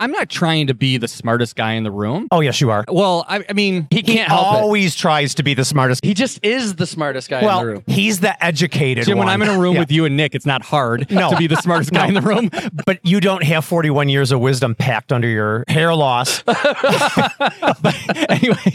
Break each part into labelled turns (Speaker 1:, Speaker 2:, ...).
Speaker 1: I'm not trying to be the smartest guy in the room.
Speaker 2: Oh, yes, you are.
Speaker 1: Well, I, I mean,
Speaker 2: He can't
Speaker 1: help it.
Speaker 2: always tries to be the smartest.
Speaker 3: He just is the smartest guy in the
Speaker 2: well,
Speaker 3: room.
Speaker 2: he's the educated
Speaker 1: Jim,
Speaker 2: one.
Speaker 1: when I'm in a room
Speaker 2: Yeah.
Speaker 1: with you and Nick, it's not hard
Speaker 2: No.
Speaker 1: to be the smartest guy in the room.
Speaker 2: but you don't have 41 years of wisdom packed under your hair loss.
Speaker 1: But anyway,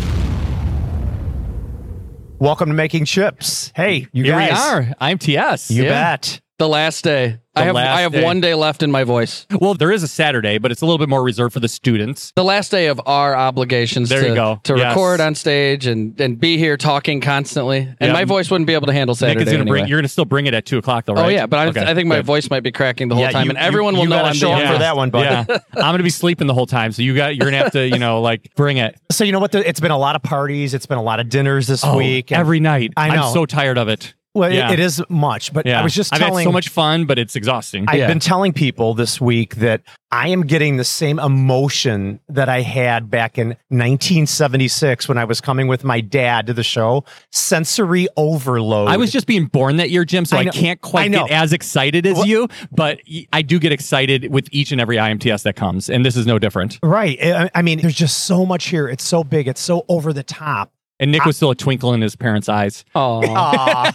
Speaker 2: Welcome to Making Chips. Hey, you
Speaker 1: here we
Speaker 2: guys.
Speaker 1: are. I'm TS.
Speaker 2: You
Speaker 3: Yeah.
Speaker 2: bet.
Speaker 3: The last day. I have
Speaker 1: last
Speaker 3: I have
Speaker 1: day.
Speaker 3: one day left in my voice.
Speaker 1: Well, there is a Saturday, but it's a little bit more reserved for the students.
Speaker 3: The last day of our obligations
Speaker 1: There
Speaker 3: to,
Speaker 1: you go.
Speaker 3: to
Speaker 1: Yes.
Speaker 3: record on stage and, and be here talking constantly. And
Speaker 1: Yeah.
Speaker 3: my voice wouldn't be able to handle Saturday.
Speaker 1: Nick is gonna bring.
Speaker 3: anyway.
Speaker 1: You're gonna still bring it at two o'clock, though, right?
Speaker 3: Oh yeah, but I,
Speaker 1: Okay,
Speaker 3: I think my
Speaker 1: good.
Speaker 3: voice might be cracking the whole
Speaker 2: Yeah,
Speaker 3: time,
Speaker 2: you-
Speaker 3: and everyone
Speaker 2: you-
Speaker 3: will
Speaker 2: you
Speaker 3: know
Speaker 2: gotta
Speaker 3: I'm
Speaker 2: show
Speaker 3: the
Speaker 2: up for
Speaker 3: youngest.
Speaker 2: that one, bud.
Speaker 1: Yeah, I'm gonna be sleeping the whole time, so you got you're gonna have to, you know, like bring it
Speaker 2: So you know what? The, it's been a lot of parties. It's been a lot of dinners this
Speaker 1: Oh,
Speaker 2: week. and-
Speaker 1: every night.
Speaker 2: I know.
Speaker 1: am so tired of it.
Speaker 2: Well, it-
Speaker 1: Yeah.
Speaker 2: it is much, but
Speaker 1: Yeah,
Speaker 2: I was just
Speaker 1: I've had
Speaker 2: telling.
Speaker 1: so much fun, but it's exhausting.
Speaker 2: I've
Speaker 3: Yeah.
Speaker 2: been telling people this week that I am getting the same emotion that I had back in 1976 when I was coming with my dad to the show. Sensory overload.
Speaker 1: I was just being born that year, Jim, so
Speaker 2: I
Speaker 1: I,
Speaker 2: know-
Speaker 1: can't quite
Speaker 2: I know.
Speaker 1: get as excited as you, but y- I do get excited with each and every IMTS that comes, and this is no different.
Speaker 2: right. I, I mean, there's just so much here. It's so big. It's so over the top.
Speaker 1: And Nick was still a twinkle in his parents' eyes.
Speaker 3: Aw,
Speaker 2: Aw.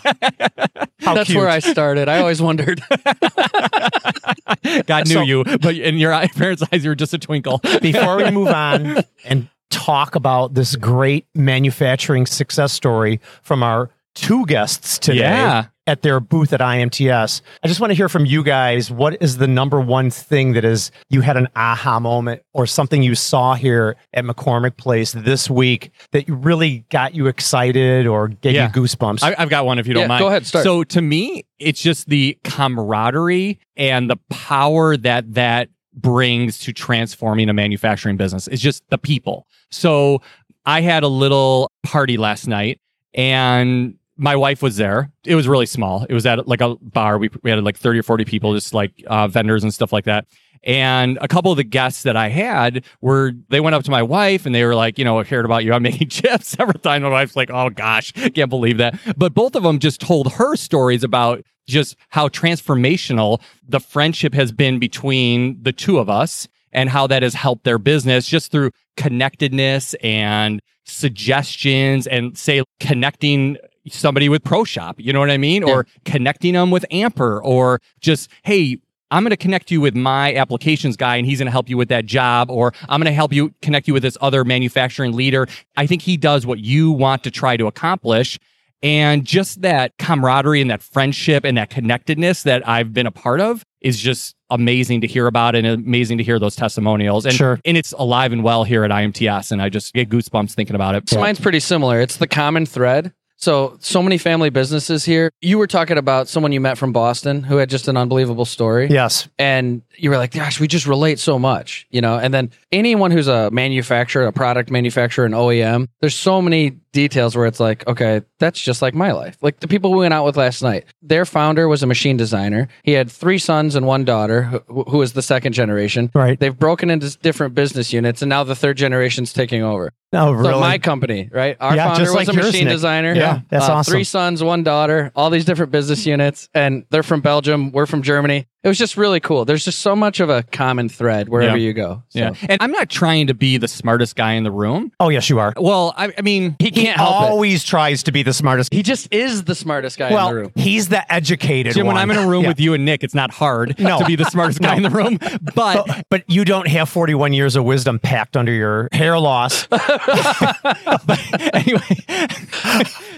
Speaker 2: How
Speaker 3: that's
Speaker 2: cute.
Speaker 3: where I started. I always wondered.
Speaker 1: God knew
Speaker 2: So-
Speaker 1: you, but in your eye- parents' eyes, you were just a twinkle.
Speaker 2: before we move on and talk about this great manufacturing success story from our two guests today
Speaker 1: Yeah.
Speaker 2: at their booth at IMTS, I just want to hear from you guys. What is the number one thing that is you had an aha moment or something you saw here at McCormick Place this week that really got you excited or gave
Speaker 1: Yeah.
Speaker 2: you goosebumps?
Speaker 1: I, I've got one if you don't
Speaker 3: Yeah,
Speaker 1: mind.
Speaker 3: go ahead, start.
Speaker 1: So to me, it's just the camaraderie and the power that that brings to transforming a manufacturing business. It's just the people. So I had a little party last night and my wife was there. It was really small. It was at like a bar. We, we had like 30 or 40 people, just like uh, vendors and stuff like that. And a couple of the guests that I had were, they went up to my wife and they were like, you know, I cared about you. I'm making chips several times. My wife's like, oh gosh, can't believe that. But both of them just told her stories about just how transformational the friendship has been between the two of us and how that has helped their business just through connectedness and suggestions and say connecting somebody with Pro Shop, you know what I mean? Or connecting them with Amper or just, hey, I'm going to connect you with my applications guy and he's going to help you with that job or I'm going to help you connect you with this other manufacturing leader. I think he does what you want to try to accomplish and just that camaraderie and that friendship and that connectedness that I've been a part of is just amazing to hear about and amazing to hear those testimonials and
Speaker 2: Sure.
Speaker 1: and it's alive and well here at IMTS and I just get goosebumps thinking about it.
Speaker 3: So mine's pretty similar. It's the common thread. So, so many family businesses here. You were talking about someone you met from Boston who had just an unbelievable story.
Speaker 2: yes.
Speaker 3: And you were like, gosh, we just relate so much, you know? And then anyone who's a manufacturer, a product manufacturer, an OEM, there's so many details where it's like, okay, that's just like my life. Like the people we went out with last night, their founder was a machine designer. He had three sons and one daughter who, who is the second generation.
Speaker 2: Right.
Speaker 3: They've broken into different business units and now the third generation's taking over.
Speaker 2: No, Oh, really.
Speaker 3: So my company, right? Our
Speaker 2: Yeah,
Speaker 3: founder
Speaker 2: just
Speaker 3: was
Speaker 2: like
Speaker 3: a
Speaker 2: yours,
Speaker 3: machine
Speaker 2: Nick.
Speaker 3: designer. Uh,
Speaker 2: Yeah, that's awesome.
Speaker 3: Three sons, one daughter, all these different business units, and they're from Belgium. We're from Germany. It was just really cool. There's just so much of a common thread wherever
Speaker 1: Yeah.
Speaker 3: you go. So.
Speaker 1: Yeah. And I'm not trying to be the smartest guy in the room.
Speaker 2: oh, yes, you are.
Speaker 1: Well, I, I mean,
Speaker 3: he can't help it.
Speaker 2: Always tries to be the smartest.
Speaker 3: He just is the smartest guy in the
Speaker 2: Well,
Speaker 3: room.
Speaker 2: he's the educated
Speaker 1: Jim, when I'm
Speaker 2: one.
Speaker 1: in a room
Speaker 2: Yeah.
Speaker 1: with you and Nick, it's not hard
Speaker 2: No.
Speaker 1: to be the smartest guy in the room. But
Speaker 2: but, but you don't have 41 years of wisdom packed under your hair loss.
Speaker 1: anyway,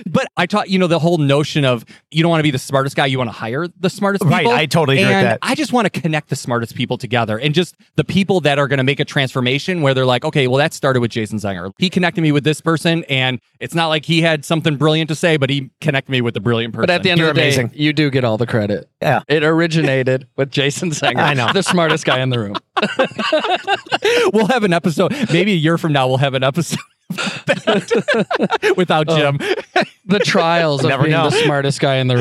Speaker 1: but I taught, you know, the whole notion of you don't want to be the smartest guy. You want to hire the smartest
Speaker 2: Right,
Speaker 1: people.
Speaker 2: I totally agree with
Speaker 1: and
Speaker 2: that.
Speaker 1: I just want to connect the smartest people together and just the people that are going to make a transformation where they're like, okay, well, that started with Jason Zenger. He connected me with this person, and it's not like he had something brilliant to say, but he connected me with the brilliant person.
Speaker 3: But at the end
Speaker 2: You're
Speaker 3: of the
Speaker 2: amazing.
Speaker 3: day, you do get all the credit.
Speaker 2: Yeah.
Speaker 3: It originated with Jason Sanger,
Speaker 2: I know.
Speaker 3: the smartest guy in the room.
Speaker 1: we'll have an episode. Maybe a year from now, we'll have an episode about- without
Speaker 2: Oh.
Speaker 1: Jim.
Speaker 3: The trials of
Speaker 2: Never
Speaker 3: being
Speaker 2: know.
Speaker 3: the smartest guy in the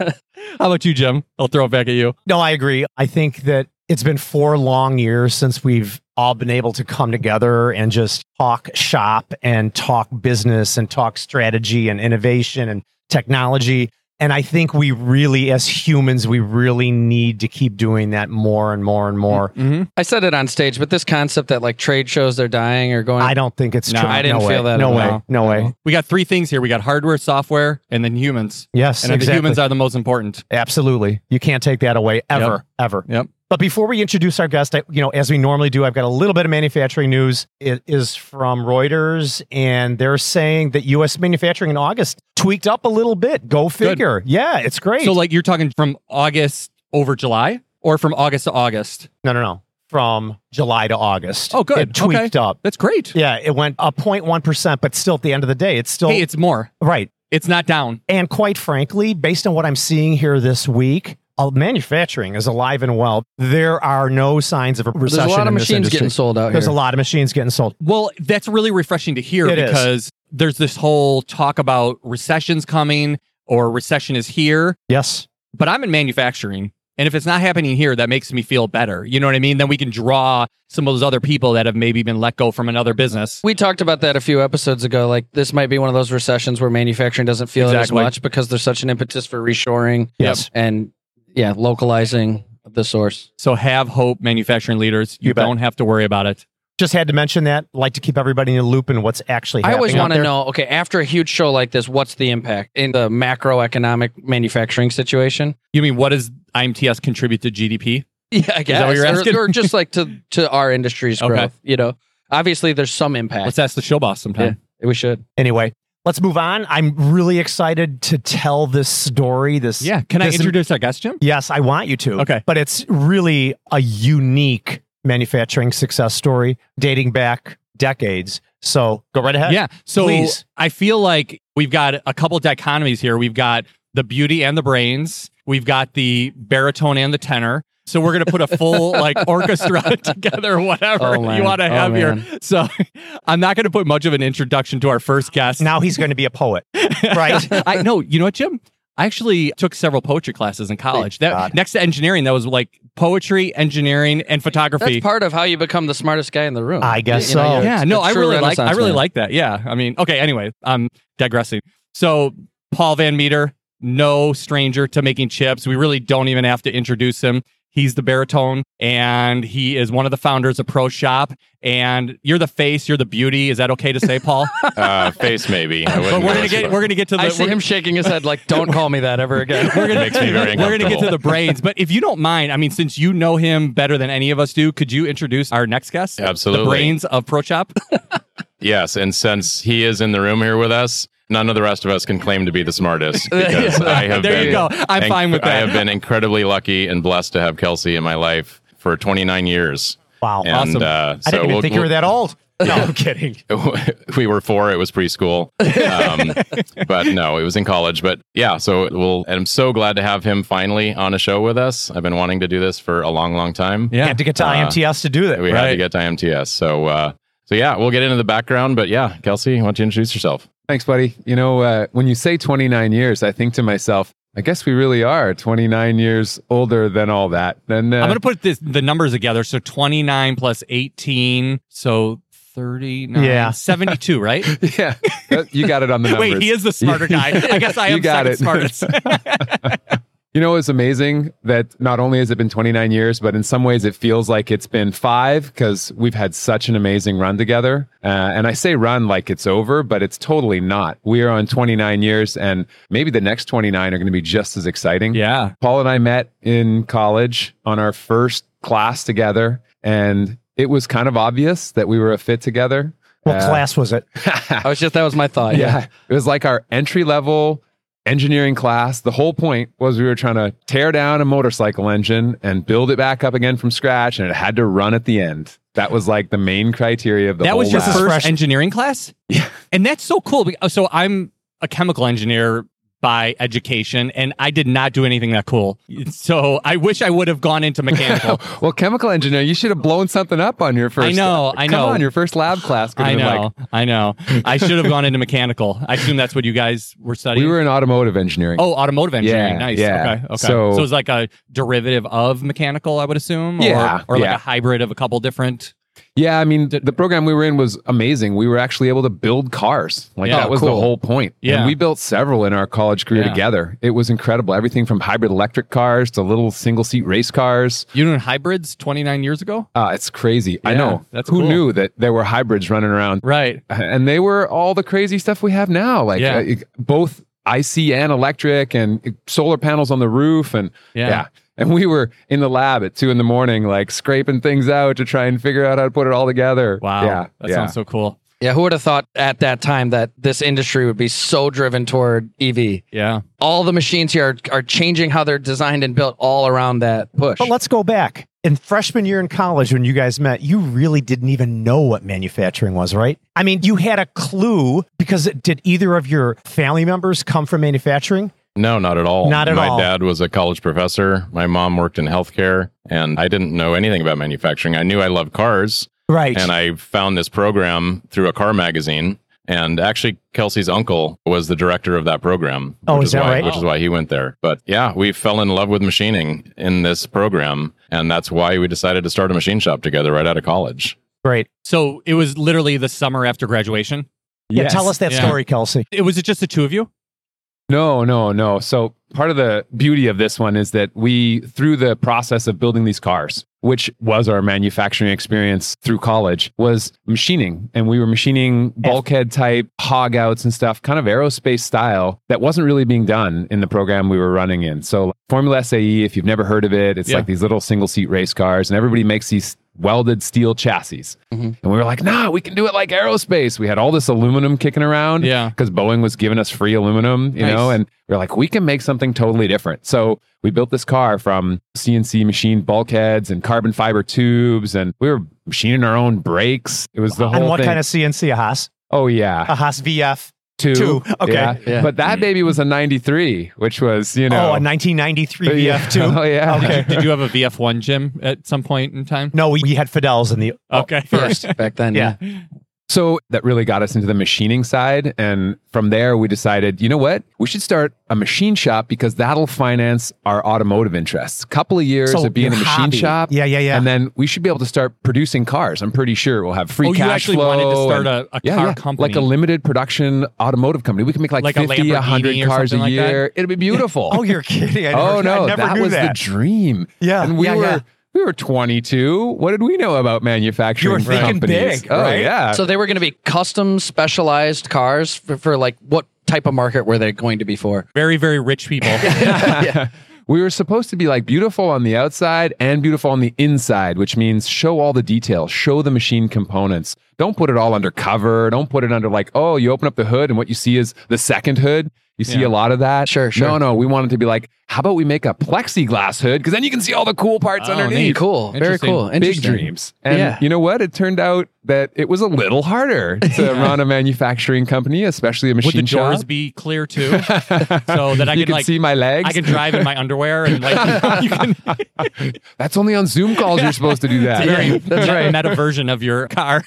Speaker 3: room.
Speaker 1: How about you, Jim? I'll throw it back at you.
Speaker 2: No, I agree. I think that it's been four long years since we've all been able to come together and just talk shop and talk business and talk strategy and innovation and technology. And I think we really, as humans, we really need to keep doing that more and more and more.
Speaker 1: Mm-hmm.
Speaker 3: I said it on stage, but this concept that like trade shows they're dying or going
Speaker 2: I don't think it's
Speaker 1: No,
Speaker 2: true.
Speaker 1: I
Speaker 3: didn't
Speaker 2: no
Speaker 3: feel
Speaker 2: way.
Speaker 3: that
Speaker 2: No
Speaker 3: at
Speaker 2: way.
Speaker 3: all.
Speaker 2: No way.
Speaker 1: We got three things here. We got hardware, software, and then humans.
Speaker 2: Yes,
Speaker 1: And the
Speaker 2: exactly.
Speaker 1: humans are the most important.
Speaker 2: Absolutely. You can't take that away ever, ever.
Speaker 1: Yep.
Speaker 2: But before we introduce our guest, I, you know, as we normally do, I've got a little bit of manufacturing news. It is from Reuters, and they're saying that U.S. manufacturing in August tweaked up a little bit. Go figure. Yeah, it's great.
Speaker 1: So, like, you're talking from August over July or from August to August?
Speaker 2: no, no, no. From July to August.
Speaker 1: Oh, good.
Speaker 2: It tweaked up.
Speaker 1: That's great.
Speaker 2: Yeah, it went up 0.1%, but still at the end of the day, it's still
Speaker 1: Hey, it's more.
Speaker 2: right.
Speaker 1: It's not down.
Speaker 2: And quite frankly, based on what I'm seeing here this week, uh, manufacturing is alive and well. There are no signs of a
Speaker 3: there's
Speaker 2: recession.
Speaker 3: a lot of
Speaker 2: in this
Speaker 3: machines
Speaker 2: industry.
Speaker 3: getting sold out
Speaker 2: There's
Speaker 3: here.
Speaker 2: a lot of machines getting sold.
Speaker 1: Well, that's really refreshing to hear
Speaker 2: It is.
Speaker 1: because there's this whole talk about recessions coming or recession is here.
Speaker 2: Yes.
Speaker 1: but I'm in manufacturing. And if it's not happening here, that makes me feel better. You know what I mean? Then we can draw some of those other people that have maybe been let go from another business.
Speaker 3: we talked about that a few episodes ago. Like this might be one of those recessions where manufacturing doesn't feel
Speaker 1: Exactly.
Speaker 3: it as much because there's such an impetus for reshoring
Speaker 2: Yes.
Speaker 3: and yeah, localizing the source.
Speaker 1: So have hope, manufacturing leaders. You,
Speaker 2: You bet.
Speaker 1: don't have to worry about it.
Speaker 2: Just had to mention that. Like to keep everybody in the loop and what's actually
Speaker 3: I
Speaker 2: happening.
Speaker 3: always
Speaker 2: out
Speaker 3: want to
Speaker 2: there.
Speaker 3: know, okay, after a huge show like this, what's the impact in the macroeconomic manufacturing situation?
Speaker 1: You mean what does IMTS contribute to GDP?
Speaker 3: Yeah, I guess.
Speaker 1: that what you're
Speaker 3: Or-
Speaker 1: asking?
Speaker 3: Or, just like to to our industry's
Speaker 1: Okay.
Speaker 3: growth. You know, obviously there's some impact.
Speaker 1: Let's ask the show boss sometime.
Speaker 3: We should.
Speaker 2: Anyway, let's move on. I'm really excited to tell this story. This.
Speaker 1: Yeah. Can I
Speaker 2: this-
Speaker 1: introduce our guest, Jim?
Speaker 2: Yes, I want you to.
Speaker 1: Okay.
Speaker 2: But it's really a unique manufacturing success story dating back decades. So go right ahead.
Speaker 1: Yeah. So
Speaker 2: please.
Speaker 1: I feel like we've got a couple dichotomies here. We've got the beauty and the brains. We've got the baritone and the tenor. So we're gonna put a full like orchestra together, whatever
Speaker 3: Oh, man.
Speaker 1: you want to
Speaker 3: Oh,
Speaker 1: have here.
Speaker 3: man.
Speaker 1: So I'm not gonna put much of an introduction to our first guest.
Speaker 2: Now he's going to be a poet. Right.
Speaker 1: I no, you know what, Jim? I actually took several poetry classes in college. That
Speaker 2: God.
Speaker 1: next to engineering, that was like poetry, engineering, and photography.
Speaker 3: That's part of how you become the smartest guy in the room.
Speaker 2: I guess so.
Speaker 3: you're
Speaker 1: yeah,
Speaker 3: Oh, a
Speaker 1: no, I
Speaker 3: true
Speaker 1: really like I
Speaker 3: Renaissance
Speaker 1: really
Speaker 3: man.
Speaker 1: like that. Yeah. I mean, okay, anyway, I'm digressing. So Paul Van Meter, no stranger to making chips. We really don't even have to introduce him. He's the baritone and he is one of the founders of Pro Shop. And you're the face, you're the beauty. Is that okay to say, Paul?
Speaker 4: uh, face maybe. I
Speaker 1: but
Speaker 4: wouldn't
Speaker 1: we're
Speaker 4: know
Speaker 1: gonna
Speaker 4: this,
Speaker 1: get
Speaker 4: but
Speaker 1: we're gonna get to the
Speaker 3: I see
Speaker 1: we're-
Speaker 3: him shaking his head like, "Don't call me that ever again."
Speaker 1: we're gonna,
Speaker 4: Makes me very
Speaker 1: we're gonna get to the brains, but if you don't mind, I mean, since you know him better than any of us do, could you introduce our next guest?
Speaker 4: Absolutely.
Speaker 1: the brains of Pro Shop.
Speaker 4: yes, and since he is in the room here with us, none of the rest of us can claim to be the smartest because I have
Speaker 1: there
Speaker 4: been,
Speaker 1: you go. I'm
Speaker 4: inc-
Speaker 1: fine with that.
Speaker 4: I have been incredibly lucky and blessed to have Kelsey in my life for 29 years.
Speaker 2: Wow.
Speaker 4: And,
Speaker 1: Awesome.
Speaker 4: uh,
Speaker 2: I
Speaker 4: so
Speaker 2: didn't even
Speaker 4: we'll-
Speaker 2: think you were that old. No, I'm kidding.
Speaker 4: we were four. It was preschool, um, but no, it was in college. But yeah, so we'll. And I'm so glad to have him finally on a show with us. I've been wanting to do this for a long, long time.
Speaker 1: Yeah.
Speaker 2: Had to get to IMTS to do that.
Speaker 4: Uh, we had
Speaker 1: Right.
Speaker 4: to get to IMTS. So, uh, so yeah, we'll get into the background, but yeah, Kelsey, why don't you introduce yourself?
Speaker 5: Thanks, buddy. You know, uh, when you say 29 years, I think to myself, I guess we really are 29 years older than all that. And uh,
Speaker 1: I'm gonna put this, the numbers together. So 29 plus 18, so 39,
Speaker 2: Yeah.
Speaker 1: 72, right?
Speaker 5: yeah, uh, you got it on the numbers.
Speaker 1: Wait, he is the smarter guy. I guess I
Speaker 5: You
Speaker 1: am
Speaker 5: got
Speaker 1: second
Speaker 5: it.
Speaker 1: smartest.
Speaker 5: You know, it's amazing that not only has it been 29 years, but in some ways it feels like it's been five because we've had such an amazing run together. Uh, and I say run like it's over, but it's totally not. We are on 29 years, and maybe the next 29 are going to be just as exciting.
Speaker 1: yeah.
Speaker 5: Paul and I met in college on our first class together, and it was kind of obvious that we were a fit together.
Speaker 2: What
Speaker 5: Uh,
Speaker 2: class was it?
Speaker 3: I was just that was my thought. Yeah.
Speaker 5: Yeah, it was like our entry level engineering class. The whole point was we were trying to tear down a motorcycle engine and build it back up again from scratch, and it had to run at the end. That was like the main criteria of the
Speaker 1: that
Speaker 5: whole
Speaker 1: was your
Speaker 5: lab.
Speaker 1: first
Speaker 2: Fresh-
Speaker 1: engineering class
Speaker 5: Yeah.
Speaker 1: and that's so cool be- oh, so i'm a chemical engineer by education and i did not do anything that cool so i wish i would have gone into mechanical
Speaker 5: Well, chemical engineer, you should have blown something up on your first.
Speaker 1: know, I know.
Speaker 5: Come on, your first lab class. could
Speaker 1: i
Speaker 5: have been
Speaker 1: know
Speaker 5: Like,
Speaker 1: i know i should have gone into mechanical i assume that's what you guys were studying
Speaker 5: we were in automotive engineering.
Speaker 1: Oh, automotive engineering.
Speaker 5: Yeah,
Speaker 1: nice.
Speaker 5: yeah.
Speaker 1: Okay. Okay.
Speaker 5: So-
Speaker 1: So, it's like a derivative of mechanical, I would assume. Or,
Speaker 5: Yeah,
Speaker 1: Or like
Speaker 5: yeah.
Speaker 1: a hybrid of a couple different.
Speaker 5: Yeah, I mean, th- the program we were in was amazing. We were actually able to build cars. Like
Speaker 1: Yeah.
Speaker 5: that was the
Speaker 3: Cool.
Speaker 5: whole point.
Speaker 1: Yeah.
Speaker 5: And we built several in our college career
Speaker 1: Yeah.
Speaker 5: together. It was incredible. Everything from hybrid electric cars to little single seat race cars.
Speaker 1: You know, hybrids 29 years ago?
Speaker 5: Uh, it's crazy. I
Speaker 1: Yeah,
Speaker 5: know.
Speaker 1: that's
Speaker 5: Who
Speaker 1: cool.
Speaker 5: knew that there were hybrids running around?
Speaker 1: Right.
Speaker 5: And they were all the crazy stuff we have now. Like
Speaker 1: Yeah.
Speaker 5: uh, it- both IC and electric and uh, solar panels on the roof and
Speaker 1: Yeah.
Speaker 5: And we were in the lab at two in the morning, like scraping things out to try and figure out how to put it all together.
Speaker 1: Wow.
Speaker 5: Yeah.
Speaker 1: That
Speaker 5: yeah.
Speaker 1: sounds so cool.
Speaker 3: Yeah, who would have thought at that time that this industry would be so driven toward EV?
Speaker 1: Yeah.
Speaker 3: All the machines here are, are changing how they're designed and built all around that push.
Speaker 2: But let's go back. In freshman year in college, when you guys met, you really didn't even know what manufacturing was, right? I mean, you had a clue because it, did either of your family members come from manufacturing?
Speaker 4: No, not at all.
Speaker 2: Not at
Speaker 4: My
Speaker 2: all.
Speaker 4: dad was a college professor. My mom worked in healthcare, and I didn't know anything about manufacturing. I knew I loved cars,
Speaker 2: Right.
Speaker 4: and I found this program through a car magazine. And actually, Kelsey's uncle was the director of that program,
Speaker 2: Oh,
Speaker 4: which
Speaker 2: is that
Speaker 4: why
Speaker 2: right?
Speaker 4: which is why he went there. But yeah, we fell in love with machining in this program, and that's why we decided to start a machine shop together right out of college.
Speaker 2: Great.
Speaker 1: So it was literally the summer after graduation.
Speaker 2: Yeah,
Speaker 5: Yes.
Speaker 2: tell us that
Speaker 1: Yeah.
Speaker 2: story, Kelsey.
Speaker 1: It was it just the two of you?
Speaker 5: No, no, no. So part of the beauty of this one is that we, through the process of building these cars, which was our manufacturing experience through college, was machining. And we were machining bulkhead type hog outs and stuff, kind of aerospace style that wasn't really being done in the program we were running in. So Formula SAE, if you've never heard of it, it's
Speaker 1: Yeah.
Speaker 5: like these little single seat race cars and everybody makes these welded steel chassis.
Speaker 1: Mm-hmm.
Speaker 5: And we were like, nah, we can do it like aerospace. We had all this aluminum kicking around
Speaker 1: Yeah.
Speaker 5: because Boeing was giving us free aluminum, you
Speaker 1: Nice.
Speaker 5: know, and we are like, we can make something totally different. So we built this car from CNC machined bulkheads and carbon fiber tubes, and we were machining our own brakes. It was the whole
Speaker 2: And what
Speaker 5: thing.
Speaker 2: kind of CNC? A Haas?
Speaker 5: oh yeah,
Speaker 2: A Haas VF?
Speaker 5: two.
Speaker 2: two. Okay.
Speaker 3: Yeah.
Speaker 5: But that baby was a '93, which was you know.
Speaker 2: Oh, a 1993
Speaker 5: Yeah.
Speaker 2: VF2.
Speaker 5: Oh yeah.
Speaker 2: Okay.
Speaker 1: Did you have a VF1 gym at some point in time?
Speaker 2: No, we, we had Fidels in the.
Speaker 5: Oh,
Speaker 1: Okay.
Speaker 3: first back then.
Speaker 2: Yeah.
Speaker 3: Yeah.
Speaker 5: So that really got us into the machining side. And from there, we decided, you know what? We should start a machine shop because that'll finance our automotive interests. Couple of years
Speaker 2: So
Speaker 5: of being a
Speaker 2: your
Speaker 5: machine
Speaker 2: hobby.
Speaker 5: shop.
Speaker 2: Yeah, yeah, yeah.
Speaker 5: And then we should be able to start producing cars. I'm pretty sure we'll have free
Speaker 1: Oh, you
Speaker 5: cash
Speaker 1: actually
Speaker 5: flow.
Speaker 1: wanted to start
Speaker 5: and-
Speaker 1: a- a car company.
Speaker 5: Like a limited production automotive company. We can make like,
Speaker 1: Like a
Speaker 5: 50,
Speaker 1: Lamborghini
Speaker 5: 100
Speaker 1: or
Speaker 5: cars a
Speaker 1: something like that?
Speaker 5: year. It'll be beautiful.
Speaker 2: Oh, you're kidding. I never,
Speaker 5: Oh no,
Speaker 2: I never
Speaker 5: that
Speaker 2: knew
Speaker 5: was
Speaker 2: that.
Speaker 5: the dream.
Speaker 2: Yeah,
Speaker 5: and we
Speaker 2: yeah,
Speaker 5: were
Speaker 2: yeah.
Speaker 5: we were 22. What did we know about manufacturing?
Speaker 2: You were thinking
Speaker 5: companies?
Speaker 2: big,
Speaker 5: oh
Speaker 2: right?
Speaker 5: yeah.
Speaker 3: So they were going to be custom specialized cars for, for like what type of market were they going to be for?
Speaker 1: Very, very rich people.
Speaker 5: we were supposed to be like beautiful on the outside and beautiful on the inside, which means show all the details, show the machine components. Don't put it all under cover. Don't put it under like, oh, you open up the hood and what you see is the second hood. You see
Speaker 1: Yeah.
Speaker 5: a lot of that.
Speaker 3: Sure, sure.
Speaker 5: No, no, we wanted to be like, how about we make a plexiglass hood? Because then you can see all the cool parts
Speaker 1: Oh,
Speaker 5: underneath.
Speaker 1: neat.
Speaker 3: Cool. Very
Speaker 1: Interesting.
Speaker 3: cool.
Speaker 1: Big
Speaker 5: Big
Speaker 3: Interesting.
Speaker 5: dreams. And
Speaker 3: Yeah.
Speaker 5: you know what? It turned out that it was a little harder to run a manufacturing company, especially a
Speaker 1: Would
Speaker 5: machine
Speaker 1: the doors
Speaker 5: shop.
Speaker 1: be clear too? so that I
Speaker 5: you
Speaker 1: could
Speaker 5: can
Speaker 1: like
Speaker 5: see my legs.
Speaker 1: I could drive in my underwear and like you can
Speaker 5: That's only on Zoom calls you're supposed to do that.
Speaker 1: very
Speaker 3: That's
Speaker 1: me-
Speaker 3: right.
Speaker 1: meta version of your car.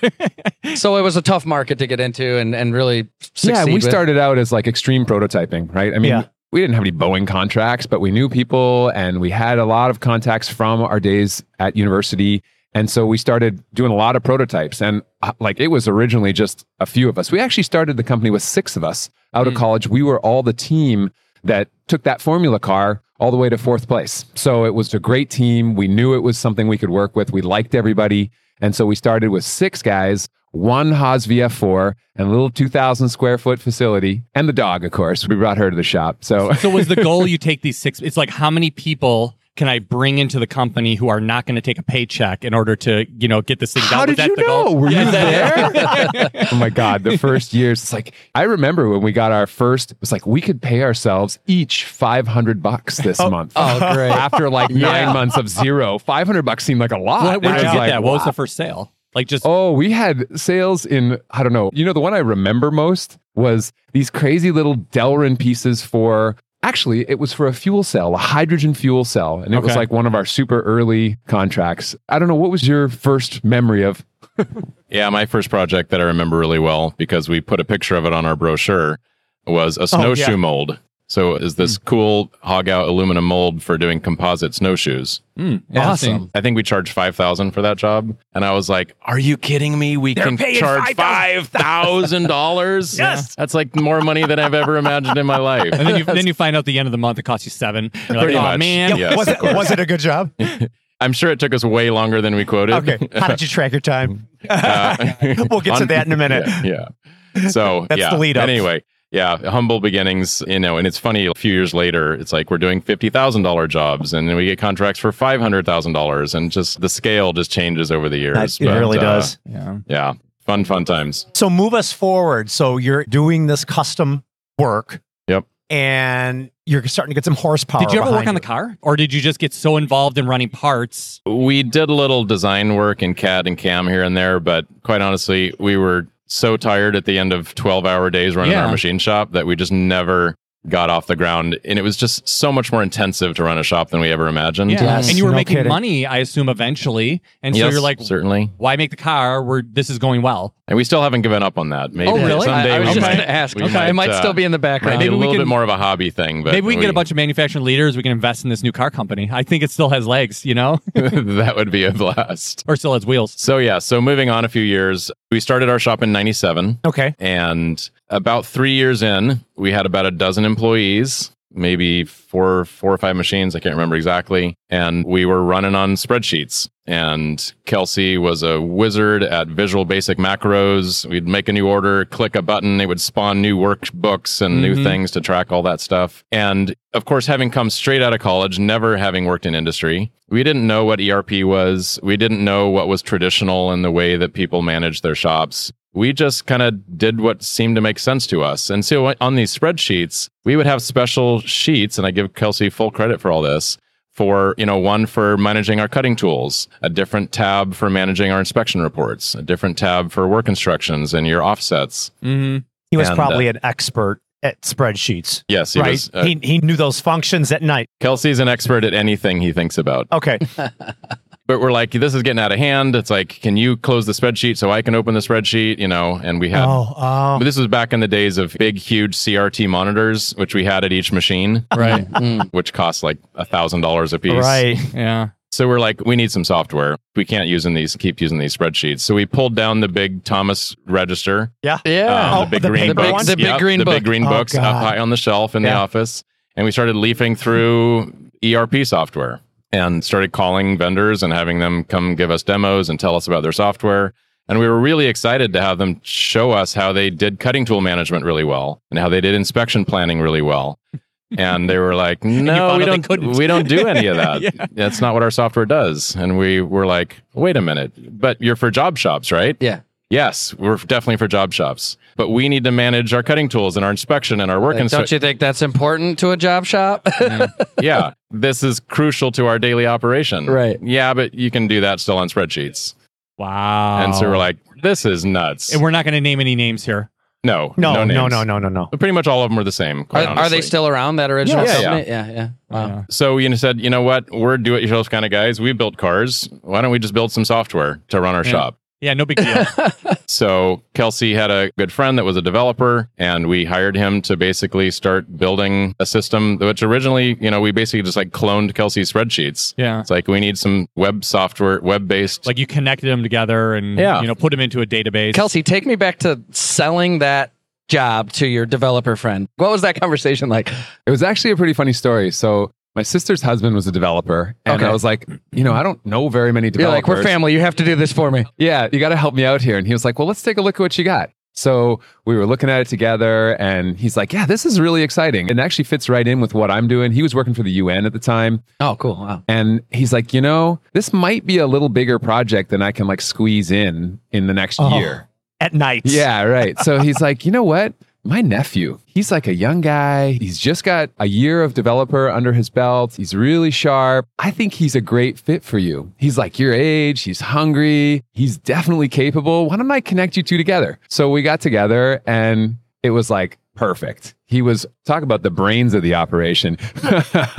Speaker 3: So it was a tough market to get into and, and really succeed.
Speaker 5: yeah, we
Speaker 3: with.
Speaker 5: started out as like extreme prototyping, right? I mean,
Speaker 2: Yeah.
Speaker 5: we didn't have any Boeing contracts, but we knew people and we had a lot of contacts from our days at university. And so we started doing a lot of prototypes. And uh, like it was originally just a few of us. We actually started the company with six of us out
Speaker 3: Hmm.
Speaker 5: of college. We were all the team that took that formula car all the way to fourth place. So it was a great team. We knew it was something we could work with. We liked everybody. And so we started with six guys, one Haas VF4, and a little 2,000 square foot facility, and the dog, of course. We brought her to the shop. So
Speaker 1: so was the goal you take these six? It's like how many people can I bring into the company who are not going to take a paycheck in order to, you know, get this thing done?
Speaker 5: How
Speaker 1: Was
Speaker 5: did
Speaker 1: that
Speaker 5: you
Speaker 1: the
Speaker 5: know?
Speaker 1: goal?
Speaker 5: Were
Speaker 1: Yeah,
Speaker 5: you
Speaker 1: is that-
Speaker 5: there? oh my God. The first years, it's like, I remember when we got our first, it was like, we could pay ourselves each 500 bucks this month.
Speaker 3: Oh, great.
Speaker 5: After like nine months of zero, 500 bucks seemed like a lot.
Speaker 1: What, where
Speaker 5: And I
Speaker 1: did you
Speaker 5: was
Speaker 1: get
Speaker 5: like,
Speaker 1: that? What was the first sale? Like just
Speaker 5: Oh, we had sales in, I don't know. You know, the one I remember most was these crazy little Delrin pieces for, actually, it was for a fuel cell, a hydrogen fuel cell. And it was
Speaker 1: Okay.
Speaker 5: like one of our super early contracts. I don't know. What was your first memory of?
Speaker 4: Yeah, my first project that I remember really well because we put a picture of it on our brochure was a snowshoe
Speaker 2: yeah.
Speaker 4: mold. So is this cool hog out aluminum mold for doing composite snowshoes?
Speaker 1: awesome.
Speaker 4: I think we charged five thousand for that job, and I was like, "Are you kidding me? We can charge five thousand dollars? Yes, that's like more money than I've ever imagined in my life."
Speaker 1: And then you then you find out the end of the month it costs you seven. You're like,
Speaker 4: Pretty
Speaker 1: oh
Speaker 4: much.
Speaker 1: man.
Speaker 4: Yeah. Yes,
Speaker 2: was,
Speaker 4: of
Speaker 2: it,
Speaker 4: course.
Speaker 2: was it a good job?
Speaker 4: I'm sure it took us way longer than we quoted.
Speaker 2: Okay. How did you track your time?
Speaker 4: Uh,
Speaker 2: We'll get to that in a minute.
Speaker 4: Yeah. yeah. So
Speaker 2: That's
Speaker 4: yeah.
Speaker 2: the lead up.
Speaker 4: Anyway, yeah, humble beginnings, you know, and it's funny. A few years later, it's like we're doing fifty thousand dollar jobs, and then we get contracts for five hundred thousand dollars, and just the scale just changes over the years.
Speaker 2: it really
Speaker 4: uh,
Speaker 2: does.
Speaker 4: Yeah, fun, fun times.
Speaker 2: So move us forward. So you're doing this custom work.
Speaker 4: Yep.
Speaker 2: And you're starting to get some horsepower.
Speaker 1: Did you ever work
Speaker 2: behind
Speaker 1: on the car? Or did you just get so involved in running parts?
Speaker 4: We did a little design work in CAD and CAM here and there, but quite honestly, we were so tired at the end of 12 hour days running
Speaker 1: Yeah.
Speaker 4: our machine shop that we just never got off the ground. And it was just so much more intensive to run a shop than we ever imagined.
Speaker 1: Yeah.
Speaker 2: Yes,
Speaker 1: and you were
Speaker 2: no
Speaker 1: making
Speaker 2: kidding.
Speaker 1: money, I assume, eventually. And so
Speaker 4: Yes,
Speaker 1: you're like,
Speaker 4: certainly.
Speaker 1: why make the car where this is going well?
Speaker 4: And we still haven't given up on that. Maybe
Speaker 3: Oh, really?
Speaker 4: someday
Speaker 3: I, I was
Speaker 4: we
Speaker 3: just
Speaker 4: might,
Speaker 3: going to ask.
Speaker 4: we
Speaker 3: Okay, it might
Speaker 4: uh,
Speaker 3: still be in the
Speaker 4: might
Speaker 3: background.
Speaker 4: be a
Speaker 1: Maybe we
Speaker 4: little
Speaker 1: can-
Speaker 4: bit more of a hobby thing, but
Speaker 1: Maybe we can get a bunch of manufacturing leaders. We can invest in this new car company. I think it still has legs, you know,
Speaker 4: that would be a blast.
Speaker 1: or still has wheels.
Speaker 4: So yeah, so moving on a few years, we started our shop in 97.
Speaker 2: you. Okay.
Speaker 4: and about three years in we had about a dozen employees maybe four four or five machines i can't remember exactly and we were running on spreadsheets and kelsey was a wizard at visual basic macros we'd make a new order click a button it would spawn new workbooks and new
Speaker 1: Mhm.
Speaker 4: things to track all that stuff and of course having come straight out of college never having worked in industry we didn't know what erp was we didn't know what was traditional in the way that people managed their shops we just kind of did what seemed to make sense to us. And so uh, on these spreadsheets, we would have special sheets, and I give Kelsey full credit for all this. For you know, one for managing our cutting tools, a different tab for managing our inspection reports, a different tab for work instructions and your offsets.
Speaker 1: Mm-hmm.
Speaker 2: He was
Speaker 4: And,
Speaker 2: probably an expert at spreadsheets.
Speaker 4: Yes, he
Speaker 2: right.
Speaker 4: was. uh,
Speaker 2: he, he knew those functions at night.
Speaker 4: Kelsey's an expert at anything he thinks about.
Speaker 2: Okay.
Speaker 4: But we're like, this is getting out of hand. It's like, can you close the spreadsheet so I can open the spreadsheet? You know, and we had
Speaker 2: Oh, oh.
Speaker 4: But this was back in the days of big, huge CRT monitors, which we had at each machine,
Speaker 1: Right.
Speaker 3: Mm.
Speaker 4: which cost like a thousand dollars a piece.
Speaker 2: Right.
Speaker 1: yeah.
Speaker 4: So we're like, we need some software. We can't use in these, keep using these spreadsheets. So we pulled down the big Thomas register,
Speaker 3: Yeah.
Speaker 4: um,
Speaker 2: Oh,
Speaker 4: the big
Speaker 2: the
Speaker 4: green
Speaker 2: paper
Speaker 4: books,
Speaker 2: one?
Speaker 3: The big green
Speaker 4: the
Speaker 3: book.
Speaker 4: big green
Speaker 2: Oh,
Speaker 4: books up
Speaker 2: God.
Speaker 4: high on the shelf in the
Speaker 2: Yeah.
Speaker 4: office, and we started leafing through ERP software and started calling vendors and having them come give us demos and tell us about their software. And we were really excited to have them show us how they did cutting tool management really well and how they did inspection planning really well. And they were like, "No,
Speaker 1: found
Speaker 4: we
Speaker 1: out they
Speaker 4: don't.
Speaker 1: couldn't."
Speaker 4: We don't do any of that.
Speaker 1: Yeah.
Speaker 4: That's not what our software does." And we were like, "Wait a minute, but you're for job shops, right?
Speaker 3: Yeah.
Speaker 4: Yes, we're definitely for job shops, but we need to manage our cutting tools and our inspection and our work.
Speaker 3: Like,
Speaker 4: inspe-
Speaker 3: don't you think that's important to a job shop?
Speaker 4: yeah, this is crucial to our daily operation.
Speaker 3: Right.
Speaker 4: Yeah, but you can do that still on spreadsheets.
Speaker 1: Wow.
Speaker 4: And so we're like, this is nuts.
Speaker 1: Oh. and we're not going to name any names here.
Speaker 4: no,
Speaker 2: No, no, no,
Speaker 4: names.
Speaker 2: no, no, no,
Speaker 4: But Pretty much all of them were the same.
Speaker 3: are,
Speaker 4: Quite
Speaker 3: are they
Speaker 4: honestly.
Speaker 3: still around that original
Speaker 4: Yeah, yeah.
Speaker 3: company? Yeah. Yeah. Wow.
Speaker 1: Yeah.
Speaker 4: So you know, said, you know what? We're do-it-yourself kind of guys. We built cars. Why don't we just build some software to run our
Speaker 1: Yeah.
Speaker 4: shop?
Speaker 1: Yeah, no big deal.
Speaker 4: So Kelsey had a good friend that was a developer, and we hired him to basically start building a system. Which originally, you know, we basically just like cloned Kelsey's spreadsheets.
Speaker 1: yeah.
Speaker 4: It's like we need some web software, web based.
Speaker 1: Like you connected them together and
Speaker 4: Yeah.
Speaker 1: you know put them into a database.
Speaker 3: Kelsey, take me back to selling that job to your developer friend. What was that conversation like?
Speaker 5: It was actually a pretty funny story. So my sister's husband was a developer, and
Speaker 3: Okay.
Speaker 5: I was like, you know, I don't know very many
Speaker 3: You're
Speaker 5: developers.
Speaker 3: like, we're family. You have to do this for me.
Speaker 5: Yeah, you got to help me out here. And he was like, well, let's take a look at what you got. So we were looking at it together, and he's like, Yeah, this is really exciting. It actually fits right in with what I'm doing. He was working for the UN at the time.
Speaker 3: Oh, cool. Wow.
Speaker 5: And he's like, You know, this might be a little bigger project than I can like squeeze in in the next
Speaker 2: Oh.
Speaker 5: year.
Speaker 2: at night.
Speaker 5: Yeah, right. So he's like, you know what? My nephew, he's like a young guy. He's just got a year of developer under his belt. He's really sharp. I think he's a great fit for you. He's like your age. He's hungry. He's definitely capable. Why don't I connect you two together? So we got together and it was like perfect. He was, talk about the brains of the operation.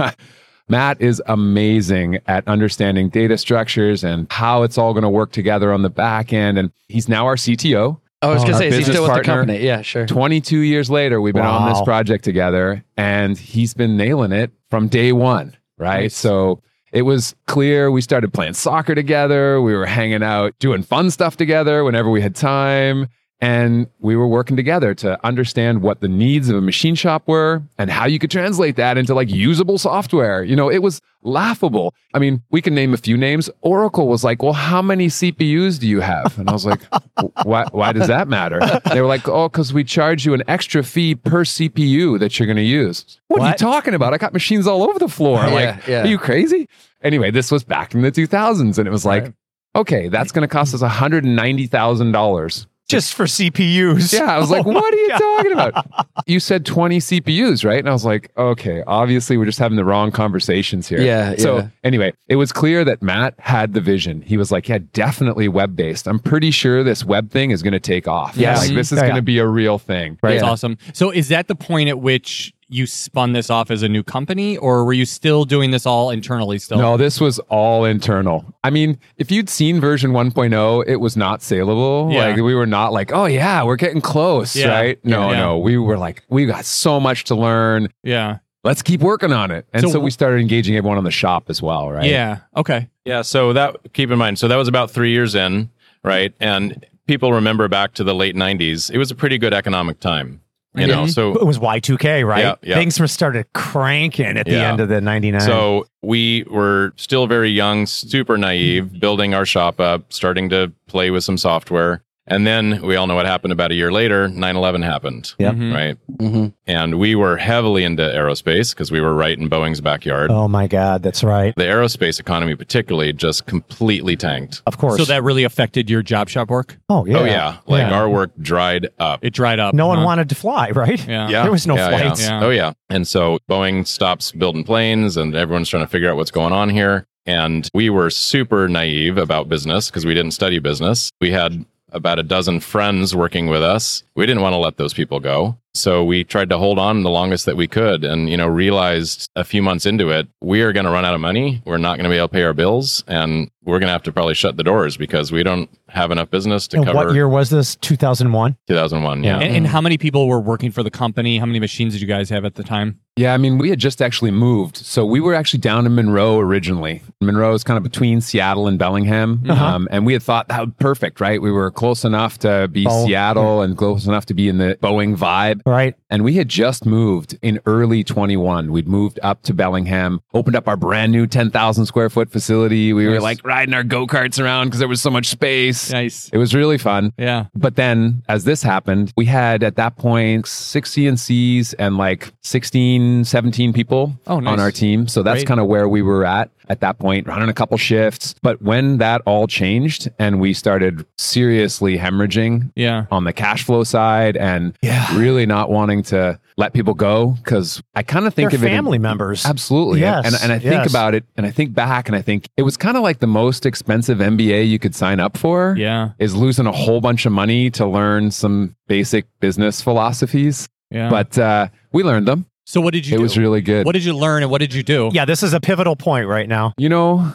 Speaker 5: Matt is amazing at understanding data structures and how it's all going to work together on the back end. And he's now our CTO.
Speaker 3: Oh, I was
Speaker 2: Oh,
Speaker 3: gonna
Speaker 5: our
Speaker 3: say, is he
Speaker 5: business
Speaker 3: still with the
Speaker 5: partner.
Speaker 3: company? Yeah, sure.
Speaker 5: 22 years later, we've been on this
Speaker 2: Wow.
Speaker 5: project together and he's been nailing it from day one, right?
Speaker 1: Nice.
Speaker 5: So it was clear we started playing soccer together. We were hanging out, doing fun stuff together whenever we had time. And we were working together to understand what the needs of a machine shop were and how you could translate that into like usable software. You know, it was laughable. I mean, we can name a few names. Oracle was like, Well, how many CPUs do you have? And I was like, "Wh- why, why does that matter? They were like, Oh, because we charge you an extra fee per CPU that you're going to use. What, are you
Speaker 2: What?
Speaker 5: talking about? I got machines all over the floor. like,
Speaker 3: yeah.
Speaker 5: are you crazy? Anyway, this was back in the 2000s. And it was like, Okay, that's going to cost us $190,000
Speaker 2: Just for CPUs.
Speaker 5: yeah, I was like,
Speaker 2: Oh
Speaker 5: what
Speaker 2: my
Speaker 5: are you
Speaker 2: God.
Speaker 5: talking about? You said 20 CPUs, right? And I was like, okay, obviously we're just having the wrong conversations here.
Speaker 3: Yeah,
Speaker 5: So
Speaker 3: yeah.
Speaker 5: anyway, it was clear that Matt had the vision. He was like, yeah, definitely web based. I'm pretty sure this web thing is going to take off.
Speaker 3: Yes.
Speaker 5: Like, this is
Speaker 2: Yeah,
Speaker 5: going
Speaker 2: yeah.
Speaker 5: to be a real thing. Right.
Speaker 1: That's awesome. So is that the point at which you spun this off as a new company, or were you still doing this all internally still?
Speaker 5: No, this was all internal. I mean, if you'd seen version 1.0, it was not saleable.
Speaker 1: Yeah.
Speaker 5: Like we were not like, oh yeah, we're getting close,
Speaker 1: Yeah.
Speaker 5: right? No,
Speaker 1: Yeah.
Speaker 5: no. We were like, we got so much to learn.
Speaker 1: Yeah.
Speaker 5: let's keep working on it. And
Speaker 1: So-
Speaker 5: so, we started engaging everyone on the shop as well, right?
Speaker 1: Yeah. Okay.
Speaker 4: Yeah, so that keep in mind. So that was about three years in, right? And people remember back to the late '90s. It was a pretty good economic time, you know. So
Speaker 2: It was Y2K, right?
Speaker 4: Yeah, yeah.
Speaker 2: Things were started cranking at the
Speaker 4: Yeah.
Speaker 2: end of the 99.
Speaker 4: So we were still very young, super
Speaker 2: Mm-hmm.
Speaker 4: naive, building our shop up, starting to play with some software. And then we all know what happened about a year later 9 11 happened.
Speaker 2: Yep.
Speaker 1: Mhm.
Speaker 4: Right.
Speaker 3: hmm
Speaker 4: And we were heavily into aerospace because we were right in Boeing's backyard.
Speaker 2: oh my God, that's right.
Speaker 4: The aerospace economy, particularly, just completely tanked.
Speaker 2: Of course.
Speaker 1: So that really affected your job shop work.
Speaker 2: oh, yeah.
Speaker 4: Oh, yeah. Like
Speaker 2: Yeah.
Speaker 4: our work dried up.
Speaker 1: It dried up.
Speaker 2: No one
Speaker 1: huh?
Speaker 2: wanted to fly, right?
Speaker 1: Uh-huh. Yeah.
Speaker 4: Yeah.
Speaker 2: There was no
Speaker 4: yeah,
Speaker 2: flights.
Speaker 1: Yeah.
Speaker 4: Yeah. Oh, yeah. And so Boeing stops building planes and everyone's trying to figure out what's going on here. And we were super naive about business because we didn't study business. We had about a dozen friends working with us. We didn't want to let those people go. So we tried to hold on the longest that we could and, you know, realized a few months into it, we are going to run out of money. We're not going to be able to pay our bills and we're going to have to probably shut the doors because we don't have enough business to
Speaker 2: And
Speaker 4: cover
Speaker 2: what year was this? 2001?
Speaker 4: 2001. Yeah.
Speaker 1: And, and
Speaker 5: Uh-huh.
Speaker 1: how many people were working for the company? How many machines did you guys have at the time?
Speaker 5: Yeah, I mean, we had just actually moved. So we were actually down in Monroe originally. Monroe is kind of between Seattle and Bellingham.
Speaker 1: Uh-huh.
Speaker 5: Um, and we had thought that would be perfect, right? We were close enough to be
Speaker 2: Oh.
Speaker 5: Seattle and close enough to be in the Boeing vibe.
Speaker 2: Right.
Speaker 5: And we had just moved in early 21. We'd moved up to Bellingham, opened up our brand new 10,000 square foot facility. We were
Speaker 1: Nice.
Speaker 5: like riding our go karts around because there was so much space.
Speaker 1: Nice.
Speaker 5: It was really fun.
Speaker 1: Yeah.
Speaker 5: But then, as this happened, we had at that point six CNCs and like 16, 17 people
Speaker 1: Oh, nice.
Speaker 5: on our team. So that's
Speaker 1: Great.
Speaker 5: kind of where we were at at that point, running a couple shifts. But when that all changed and we started seriously hemorrhaging
Speaker 1: Yeah.
Speaker 5: on the cash flow side and
Speaker 2: Yeah.
Speaker 5: really not wanting to let people go, because I kind of think
Speaker 2: They're
Speaker 5: of it. in-
Speaker 2: family members.
Speaker 5: Absolutely.
Speaker 2: Yes,
Speaker 5: And, and I think
Speaker 2: yes.
Speaker 5: about it and I think back and I think it was kind of like the most expensive MBA you could sign up for
Speaker 1: Yeah.
Speaker 5: is losing a whole bunch of money to learn some basic business philosophies.
Speaker 1: Yeah.
Speaker 5: But uh, we learned them.
Speaker 1: so what did you
Speaker 5: It
Speaker 1: do?
Speaker 5: was really good.
Speaker 1: what did you learn and what did you do?
Speaker 2: Yeah, this is a pivotal point right now.
Speaker 5: you know,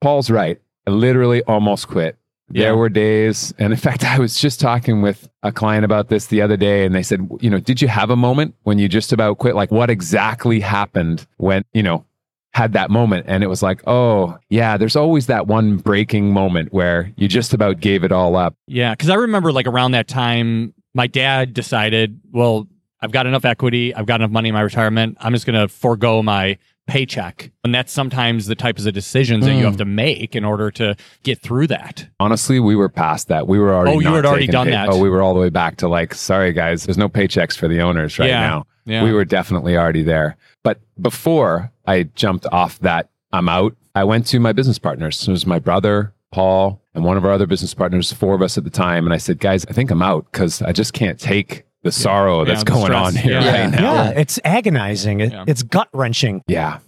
Speaker 5: Paul's right. I literally almost quit.
Speaker 1: Yeah.
Speaker 5: There were days, and in fact, I was just talking with a client about this the other day, and they said, you know, did you have a moment when you just about quit? Like, what exactly happened when, you know, had that moment? And it was like, oh, yeah, there's always that one breaking moment where you just about gave it all up.
Speaker 1: Yeah, because I remember like around that time, my dad decided, well, I've got enough equity, I've got enough money in my retirement. I'm just going to forego my paycheck. And that's sometimes the types of decisions that you
Speaker 5: Mm.
Speaker 1: have to make in order to get through that.
Speaker 5: Honestly, we were past that. We were already.
Speaker 1: Oh, you
Speaker 5: not
Speaker 1: had already
Speaker 5: taking
Speaker 1: done that.
Speaker 5: Oh, we were all the way back to like, sorry guys, there's no paychecks for the owners right
Speaker 1: Yeah.
Speaker 5: now.
Speaker 1: Yeah.
Speaker 5: We were definitely already there. But before I jumped off that, I'm out. I went to my business partners. It was my brother, Paul, and one of our other business partners, four of us at the time. And I said, guys, I think I'm out because I just can't take the sorrow that's
Speaker 1: the
Speaker 5: going
Speaker 1: stress.
Speaker 5: on here
Speaker 1: Yeah.
Speaker 5: right now.
Speaker 2: Yeah, it's agonizing. It,
Speaker 1: Yeah.
Speaker 2: It's gut wrenching.
Speaker 5: Yeah.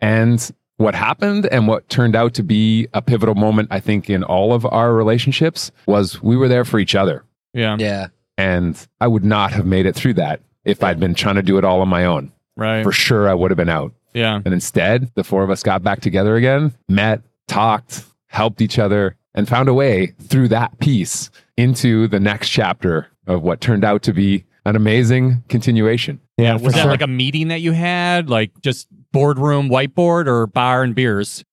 Speaker 5: And what happened and what turned out to be a pivotal moment, I think, in all of our relationships was we were there for each other.
Speaker 1: Yeah.
Speaker 3: Yeah.
Speaker 5: And I would not have made it through that if I'd been trying to do it all on my own.
Speaker 1: Right.
Speaker 5: For sure, I would have been out.
Speaker 1: Yeah.
Speaker 5: And instead, the four of us got back together again, met, talked, helped each other, and found a way through that piece into the next chapter of what turned out to be an amazing continuation.
Speaker 2: Yeah, for
Speaker 1: Was that
Speaker 2: sure.
Speaker 1: like a meeting that you had, like just boardroom whiteboard or bar and beers?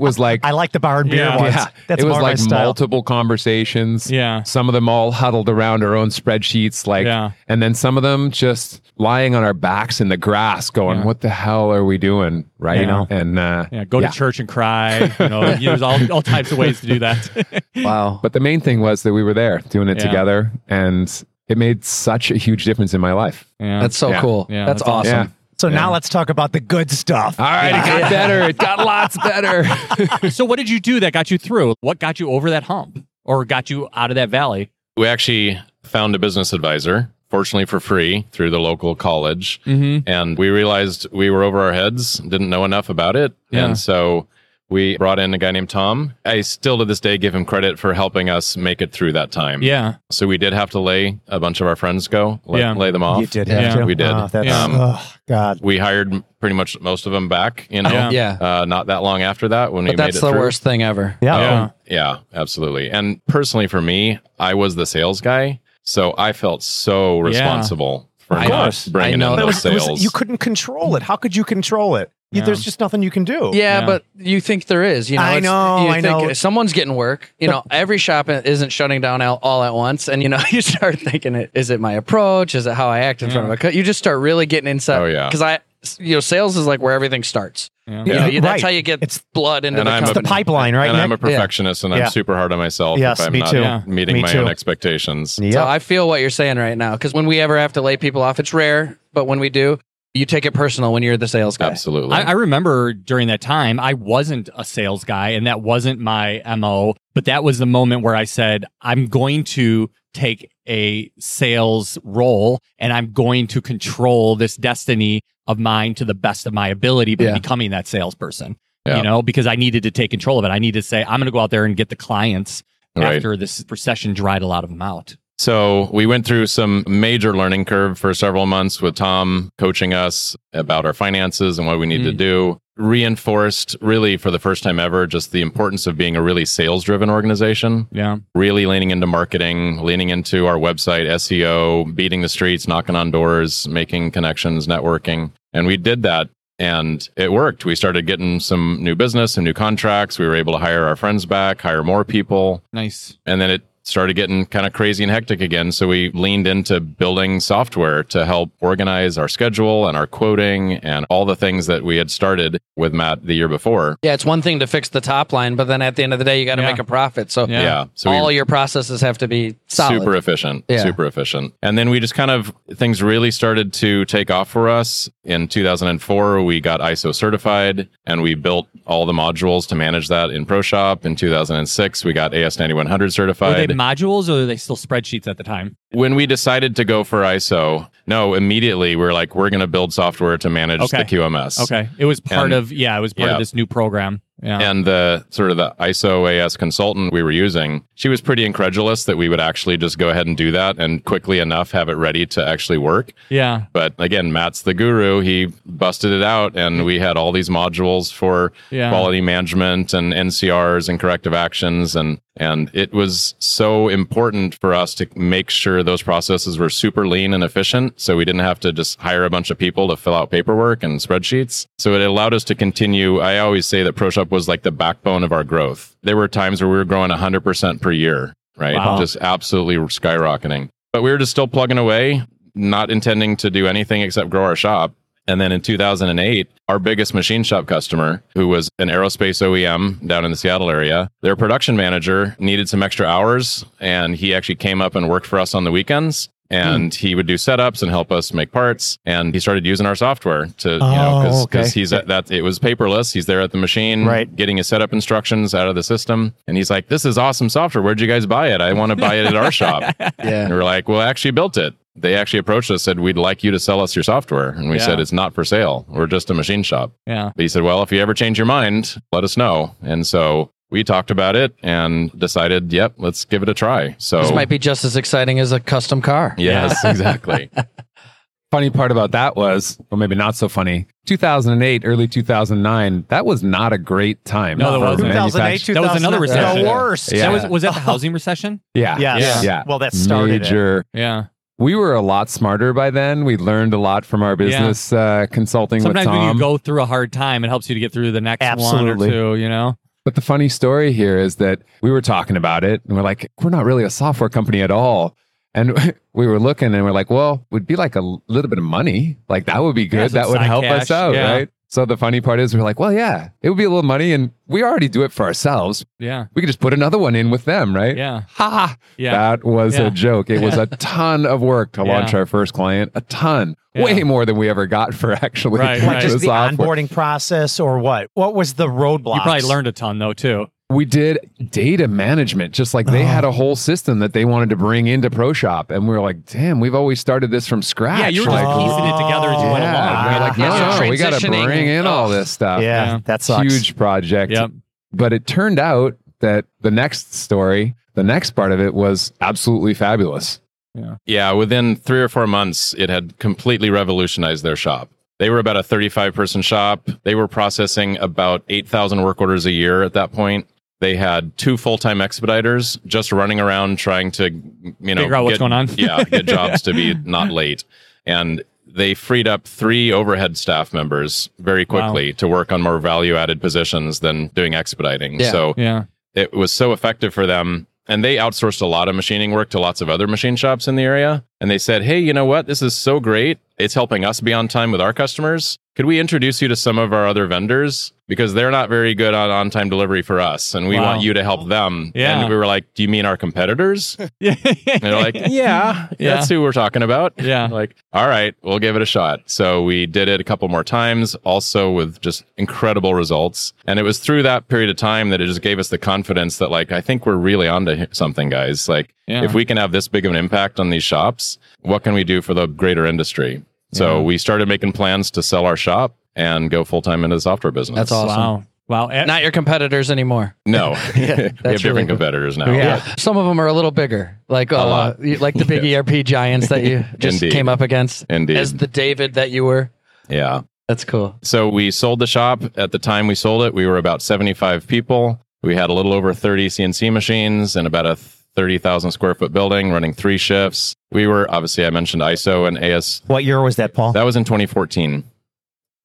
Speaker 5: was like
Speaker 2: I like the bar and beer
Speaker 1: Yeah.
Speaker 2: ones. That's
Speaker 5: it was
Speaker 2: more
Speaker 5: like
Speaker 2: my style.
Speaker 5: multiple conversations.
Speaker 1: Yeah.
Speaker 5: Some of them all huddled around our own spreadsheets, like,
Speaker 1: Yeah.
Speaker 5: and then some of them just lying on our backs in the grass, going,
Speaker 1: Yeah.
Speaker 5: "What the hell are we doing?" Right?
Speaker 2: Yeah.
Speaker 5: And uh,
Speaker 1: Yeah, go
Speaker 5: Yeah.
Speaker 1: to church and cry. You know, there's all, all types of ways to do that.
Speaker 3: Wow.
Speaker 5: but the main thing was that we were there doing it
Speaker 1: Yeah.
Speaker 5: together, and it made such a huge difference in my life.
Speaker 1: yeah.
Speaker 3: that's so
Speaker 5: Yeah.
Speaker 3: cool.
Speaker 1: Yeah,
Speaker 3: that's,
Speaker 1: that's
Speaker 3: awesome.
Speaker 5: Yeah.
Speaker 2: so
Speaker 5: Yeah. Ah.
Speaker 2: now let's talk about the good stuff.
Speaker 5: All right, it got better. It got lots better.
Speaker 1: so what did you do that got you through? What got you over that hump or got you out of that valley?
Speaker 4: We actually found a business advisor, fortunately for free, through the local college.
Speaker 1: Mm-hmm.
Speaker 4: And we realized we were over our heads, didn't know enough about it.
Speaker 1: Yeah.
Speaker 4: And so we brought in a guy named Tom. I still to this day give him credit for helping us make it through that time.
Speaker 1: Yeah.
Speaker 4: So we did have to lay a bunch of our friends go, lay,
Speaker 1: Yeah.
Speaker 4: lay them off.
Speaker 2: You did
Speaker 1: Yeah.
Speaker 2: have to.
Speaker 4: We did. Um,
Speaker 2: Oh, that's,
Speaker 1: Yeah.
Speaker 2: oh, God.
Speaker 4: We hired m- pretty much most of them back, you know,
Speaker 1: Yeah.
Speaker 3: Yeah.
Speaker 4: uh, not that long after that when we
Speaker 3: But
Speaker 4: made
Speaker 3: that's
Speaker 4: it
Speaker 3: the
Speaker 4: through.
Speaker 3: worst thing ever.
Speaker 2: Yeah.
Speaker 1: Yeah.
Speaker 4: Yeah, absolutely. And personally, for me, I was the sales guy, so I felt so
Speaker 1: Yeah.
Speaker 4: responsible for
Speaker 3: Of
Speaker 4: not
Speaker 3: course. I
Speaker 4: bringing
Speaker 3: know.
Speaker 4: in
Speaker 3: That
Speaker 4: those
Speaker 2: It
Speaker 4: sales.
Speaker 2: was- you couldn't control it. How could you control it? You-
Speaker 1: Yeah.
Speaker 2: There's just nothing you can do.
Speaker 3: Yeah,
Speaker 1: Yeah.
Speaker 3: but you think there is. You know,
Speaker 2: I
Speaker 3: it's-
Speaker 2: know,
Speaker 3: You
Speaker 2: I
Speaker 3: think
Speaker 2: know.
Speaker 3: if Someone's getting work. You know, every shop isn't shutting down all, all at once, and you know, you start thinking, it is it my approach? Is it how I act in front of a? cu-" You just start really getting inside.
Speaker 4: Oh, yeah.
Speaker 3: because I, you know, sales is like where everything starts.
Speaker 1: Yeah.
Speaker 3: You know, you-
Speaker 2: Right.
Speaker 3: that's how you get
Speaker 2: It's-
Speaker 3: blood into
Speaker 4: And
Speaker 3: the
Speaker 4: I'm a-
Speaker 2: It's the
Speaker 3: company.
Speaker 2: pipeline, right?
Speaker 4: and I'm a
Speaker 2: Nick?
Speaker 4: perfectionist, and
Speaker 2: Yeah.
Speaker 4: I'm super hard on myself
Speaker 2: Yes,
Speaker 4: if I'm
Speaker 2: me
Speaker 4: not
Speaker 2: too.
Speaker 1: Yeah.
Speaker 4: meeting
Speaker 2: Me
Speaker 4: my
Speaker 2: too.
Speaker 4: own expectations.
Speaker 2: Yep.
Speaker 3: So I feel what you're saying right now because when we ever have to lay people off, it's rare, but when we do, you take it personal when you're the sales guy.
Speaker 4: Absolutely.
Speaker 1: I, I remember during that time, I wasn't a sales guy and that wasn't my MO, but that was the moment where I said, I'm going to take a sales role and I'm going to control this destiny of mine to the best of my ability by
Speaker 3: Yeah.
Speaker 1: becoming that salesperson,
Speaker 4: Yeah.
Speaker 1: you know, because I needed to take control of it. I needed to say, I'm going to go out there and get the clients
Speaker 4: Right.
Speaker 1: after this recession dried a lot of them out.
Speaker 4: So we went through some major learning curve for several months with Tom coaching us about our finances and what we need to
Speaker 1: Mm.
Speaker 4: do. Reinforced really for the first time ever just the importance of being a really sales driven organization,
Speaker 1: Yeah.
Speaker 4: really leaning into marketing, leaning into our website, SEO, beating the streets, knocking on doors, making connections, networking. And we did that and it worked. We started getting some new business, some new contracts. We were able to hire our friends back, hire more people
Speaker 1: Nice.
Speaker 4: and then it started getting kind of crazy and hectic again so we leaned into building software to help organize our schedule and our quoting and all the things that we had started with matt the year before
Speaker 3: Yeah, it's one thing to fix the top line, but then at the end of the day, you got to
Speaker 1: Yeah.
Speaker 3: make a profit. So
Speaker 1: Yeah.
Speaker 4: yeah, so
Speaker 3: all
Speaker 4: we
Speaker 3: your processes have to be solid.
Speaker 4: super efficient
Speaker 3: Yeah.
Speaker 4: super efficient and then we just kind of things really started to take off for us in 2004 we got iso certified and we built all the modules to manage that in proshop in 2006 we got as9100
Speaker 1: Were
Speaker 4: certified
Speaker 1: they modules or were they still spreadsheets at the time?
Speaker 4: When we decided to go for ISO, no, immediately we are like, we're going to build software to manage
Speaker 1: Okay.
Speaker 4: the QMS.
Speaker 1: Okay. It was part
Speaker 4: And-
Speaker 1: of, yeah, it was part
Speaker 4: yeah.
Speaker 1: of this new program. Yeah.
Speaker 4: And the sort of the ISO AS consultant we were using, she was pretty incredulous that we would actually just go ahead and do that and quickly enough have it ready to actually work.
Speaker 1: Yeah.
Speaker 4: But again, Matt's the guru. He busted it out, and we had all these modules for
Speaker 1: Yeah.
Speaker 4: quality management and NCRs and corrective actions, and and it was so important for us to make sure those processes were super lean and efficient, so we didn't have to just hire a bunch of people to fill out paperwork and spreadsheets. So it allowed us to continue. I always say that ProShop was like the backbone of our growth. There were times where we were growing 100% per year, right?
Speaker 1: Wow.
Speaker 4: Just absolutely skyrocketing. But we were just still plugging away, not intending to do anything except grow our shop. And then in 2008, our biggest machine shop customer, who was an aerospace OEM down in the Seattle area, their production manager needed some extra hours. And he actually came up and worked for us on the weekends.
Speaker 2: Hmm.
Speaker 4: And he would do setups and help us make parts. And he started using our software to, you know,
Speaker 2: Oh,
Speaker 4: because
Speaker 2: okay.
Speaker 4: he's at that, it was paperless. He's there at the machine,
Speaker 2: Right.
Speaker 4: getting his setup instructions out of the system. And he's like, this is awesome software. Where'd you guys buy it? I want to buy it at our shop.
Speaker 3: Yeah.
Speaker 4: And we're like, well, I actually built it. They actually approached us, said, we'd like you to sell us your software. And we
Speaker 1: Yeah.
Speaker 4: said, it's not for sale. We're just a machine shop.
Speaker 1: Yeah.
Speaker 4: But he said, well, if you ever change your mind, let us know. And so we talked about it and decided, yep, let's give it a try. So,
Speaker 3: This might be just as exciting as a custom car.
Speaker 4: yes, exactly.
Speaker 5: Funny part about that was, well, maybe not so funny. 2008, early 2009. That was not a great time.
Speaker 1: No, that
Speaker 5: for
Speaker 1: wasn't.
Speaker 2: 2008,
Speaker 5: manufacturing.
Speaker 2: 2000,
Speaker 1: That was another recession.
Speaker 2: The worst.
Speaker 5: Yeah.
Speaker 1: That was was that the housing recession?
Speaker 5: Yeah,
Speaker 2: Yes.
Speaker 4: Yeah.
Speaker 5: Yeah.
Speaker 2: Well, that started. it.
Speaker 5: Major.
Speaker 1: Yeah.
Speaker 5: We were a lot smarter by then. We learned a lot from our business uh, consulting
Speaker 1: Sometimes
Speaker 5: with Tom.
Speaker 1: when you go through a hard time, it helps you to get through the next
Speaker 2: Absolutely.
Speaker 1: one or two. You know.
Speaker 5: But the funny story here is that we were talking about it and we're like, we're not really a software company at all. And we were looking and we're like, well, would be like a little bit of money. Like that would be
Speaker 1: Yeah,
Speaker 5: good.
Speaker 1: some
Speaker 5: that would
Speaker 1: side
Speaker 5: help
Speaker 1: cash,
Speaker 5: us out,
Speaker 1: yeah.
Speaker 5: right? So the funny part is we're like, well, yeah, it would be a little money and we already do it for ourselves.
Speaker 1: Yeah.
Speaker 5: We could just put another one in with them, right?
Speaker 1: Yeah.
Speaker 5: Ha ha.
Speaker 1: Yeah.
Speaker 5: That was
Speaker 1: Yeah.
Speaker 5: a joke. It was a ton of work to
Speaker 1: Yeah.
Speaker 5: launch our first client, a ton,
Speaker 1: Yeah.
Speaker 5: way more than we ever got for actually
Speaker 1: Right,
Speaker 5: the
Speaker 1: right.
Speaker 2: What, just the
Speaker 5: software.
Speaker 2: onboarding process or what? What was the roadblock?
Speaker 1: You probably learned a ton though too.
Speaker 5: We did data management, just like they
Speaker 2: Oh.
Speaker 5: had a whole system that they wanted to bring into Pro Shop, and we were like, "Damn, we've always started this from scratch."
Speaker 1: Yeah, you were just
Speaker 5: like,
Speaker 2: Oh.
Speaker 1: piecing it together as you went
Speaker 5: yeah.
Speaker 1: along.
Speaker 5: And they're like, no,
Speaker 3: Yeah.
Speaker 5: no, we got to
Speaker 3: Transitioning.
Speaker 5: bring in all this
Speaker 2: Yeah,
Speaker 5: stuff.
Speaker 1: Yeah.
Speaker 2: that sucks.
Speaker 5: huge project.
Speaker 1: Yep.
Speaker 5: But it turned out that the next story, the next part of it, was absolutely fabulous.
Speaker 4: Yeah, within three or four months, it had completely revolutionized their shop. They were about a 35 person shop. They were processing about 8,000 work orders a year at that point. They had two full time expediters just running around trying to, you know,
Speaker 1: Figure out what's
Speaker 4: get-
Speaker 1: going on.
Speaker 4: yeah, get jobs to be not late. And they freed up three overhead staff members very quickly to work on more value added positions than doing expediting.
Speaker 3: Yeah.
Speaker 4: So
Speaker 1: Yeah.
Speaker 4: it was so effective for them. And they outsourced a lot of machining work to lots of other machine shops in the area. And they said, Hey, you know what? This is so great. It's helping us be on time with our customers. Could we introduce you to some of our other vendors? Because they're not very good on on time delivery for us. And we
Speaker 1: Wow.
Speaker 4: want you to help them.
Speaker 1: Yeah.
Speaker 4: And we were like, Do you mean our competitors? And
Speaker 1: Yeah.
Speaker 4: they're like, Yeah,
Speaker 1: Yeah.
Speaker 4: that's who we're talking about.
Speaker 1: Yeah.
Speaker 4: Like, all right, we'll give it a shot. So we did it a couple more times, also with just incredible results. And it was through that period of time that it just gave us the confidence that, like, I think we're really onto h- something, guys. Like,
Speaker 1: Yeah.
Speaker 4: if we can have this big of an impact on these shops, what can we do for the greater industry? So we started making plans to sell our shop and go full time into the software business.
Speaker 3: That's awesome.
Speaker 1: Wow. Wow. Eh,
Speaker 3: Not your competitors anymore.
Speaker 4: No, we have different
Speaker 3: really cool.
Speaker 4: competitors now.
Speaker 3: Some of them are a little bigger, like uh,
Speaker 4: lot.
Speaker 3: you- like the big ERP giants that you just
Speaker 4: Indeed.
Speaker 3: came up against.
Speaker 4: Indeed.
Speaker 3: As the David that you were.
Speaker 4: yeah.
Speaker 3: That's cool.
Speaker 4: So we sold the shop. At the time we sold it, we were about 75 people. We had a little over 30 CNC machines and about a 30,000 square foot building running three shifts. We were obviously, I mentioned ISO and AS.
Speaker 2: What year was that, Paul?
Speaker 4: That was in 2014.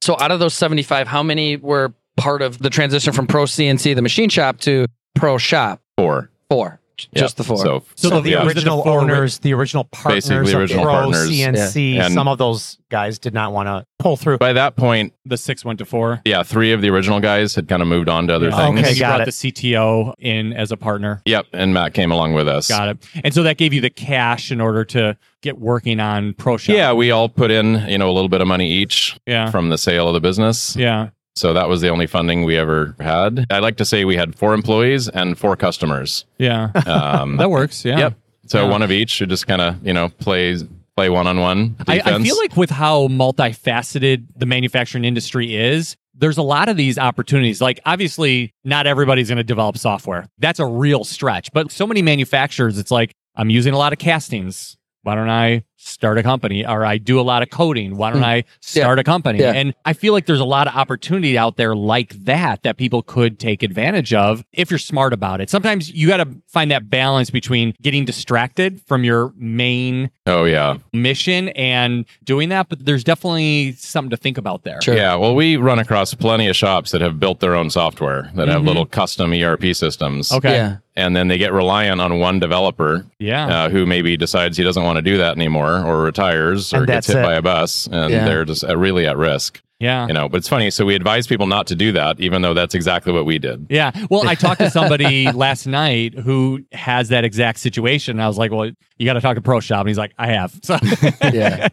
Speaker 3: So out of those 75, how many were part of the transition from Pro CNC, the machine shop, to Pro Shop?
Speaker 4: Four.
Speaker 3: Four.
Speaker 4: Yeah.
Speaker 3: Just the four.
Speaker 4: So,
Speaker 1: So
Speaker 2: so the
Speaker 4: yeah.
Speaker 1: was it the
Speaker 2: original
Speaker 1: four ri-
Speaker 2: owners, the original partners,
Speaker 4: Basically
Speaker 2: of
Speaker 4: original
Speaker 2: Pro,
Speaker 4: partners.
Speaker 2: CNC.
Speaker 4: Yeah. And-
Speaker 2: some of those guys did not want to pull through.
Speaker 4: by that point,
Speaker 1: the six went to four.
Speaker 4: yeah, three of the original guys had kind of moved on to other
Speaker 2: Yeah.
Speaker 4: things.
Speaker 1: And then
Speaker 2: Okay,
Speaker 1: you
Speaker 2: got
Speaker 1: brought
Speaker 2: it.
Speaker 1: the CTO in as a partner.
Speaker 4: Yep. And Matt came along with us.
Speaker 1: Got it. And so that gave you the cash in order to get working on Pro Shop.
Speaker 4: Yeah. We all put in, you know, a little bit of money each
Speaker 1: Yeah.
Speaker 4: from the sale of the business.
Speaker 1: Yeah.
Speaker 4: So that was the only funding we ever had. I like to say we had four employees and four customers.
Speaker 1: Yeah.
Speaker 4: Um,
Speaker 1: that works. Yeah.
Speaker 4: Yep. So
Speaker 1: Yeah.
Speaker 4: one of each. You just kind of you know plays play one on one
Speaker 1: I,
Speaker 4: defense.
Speaker 1: I feel like with how multifaceted the manufacturing industry is, there's a lot of these opportunities. Like, obviously, not everybody's going to develop software. That's a real stretch. But so many manufacturers, it's like, I'm using a lot of castings. Why don't I start a company? Or I do a lot of coding. Why don't I start a company?
Speaker 3: Yeah.
Speaker 1: And I feel like there's a lot of opportunity out there like that that people could take advantage of if you're smart about it. Sometimes you got to find that balance between getting distracted from your main
Speaker 4: oh yeah,
Speaker 1: mission and doing that, but there's definitely something to think about there.
Speaker 3: Sure.
Speaker 4: yeah. Well, we run across plenty of shops that have built their own software that have little custom ERP systems.
Speaker 1: Mm-hmm. Okay. Yeah.
Speaker 3: Yeah.
Speaker 4: and then they get reliant on one developer
Speaker 1: Yeah.
Speaker 4: uh, who maybe decides he doesn't want to do that anymore, anymore or retires or
Speaker 2: And
Speaker 4: gets
Speaker 2: that's
Speaker 4: hit
Speaker 2: it.
Speaker 4: by a bus and
Speaker 3: Yeah.
Speaker 4: they're just uh, really at risk
Speaker 1: Yeah.
Speaker 4: you know but it's funny so we advise people not to do that even though that's exactly what we did
Speaker 1: Yeah. Well, I talked to somebody last night who has that exact situation. And I was like, well, you got to talk to Pro Shop. And he's like, I have. So,
Speaker 3: Yeah.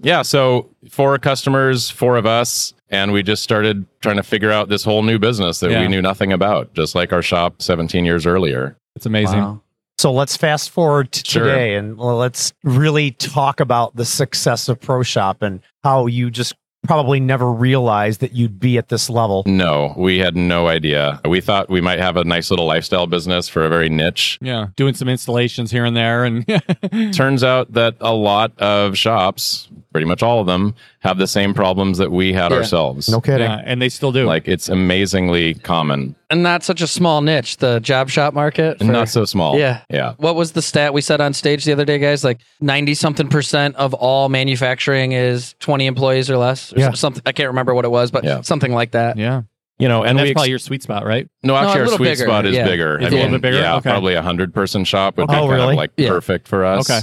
Speaker 4: yeah so four customers four of us and we just started trying to figure out this whole new business that
Speaker 1: Yeah.
Speaker 4: we knew nothing about just like our shop 17 years earlier
Speaker 1: it's amazing.
Speaker 3: Wow.
Speaker 2: So let's fast forward to
Speaker 4: Sure.
Speaker 2: today and well, let's really talk about the success of Pro Shop and how you just probably never realized that you'd be at this level.
Speaker 4: no we had no idea we thought we might have a nice little lifestyle business for a very niche
Speaker 1: Yeah. Doing some installations here and there. And
Speaker 4: turns out that a lot of shops, pretty much all of them, have the same problems that we had
Speaker 3: Yeah.
Speaker 4: ourselves.
Speaker 2: No kidding.
Speaker 1: yeah, and they still do.
Speaker 4: Like it's amazingly common
Speaker 3: And not such a small niche, the job shop market.
Speaker 4: and
Speaker 3: for-
Speaker 4: not so small.
Speaker 3: Yeah.
Speaker 4: Yeah.
Speaker 3: What was the stat we said on stage the other day, guys? Like ninety something percent of all manufacturing is twenty employees or less,
Speaker 2: Yeah.
Speaker 3: or yeah. something. I can't remember what it was, but
Speaker 4: Yeah.
Speaker 3: something like that.
Speaker 1: yeah.
Speaker 4: You know, and,
Speaker 1: And
Speaker 4: we
Speaker 1: that's
Speaker 4: ex-
Speaker 1: probably your sweet spot, right?
Speaker 3: No,
Speaker 4: no,
Speaker 3: a
Speaker 4: actually, our
Speaker 3: little
Speaker 4: sweet
Speaker 3: bigger,
Speaker 4: spot is
Speaker 3: yeah.
Speaker 4: bigger.
Speaker 1: It's a little bit bigger?
Speaker 4: Yeah,
Speaker 1: Okay.
Speaker 4: probably a hundred person shop would be
Speaker 2: Oh,
Speaker 4: kind
Speaker 2: really?
Speaker 4: of like
Speaker 3: Yeah.
Speaker 4: perfect for us.
Speaker 1: Okay.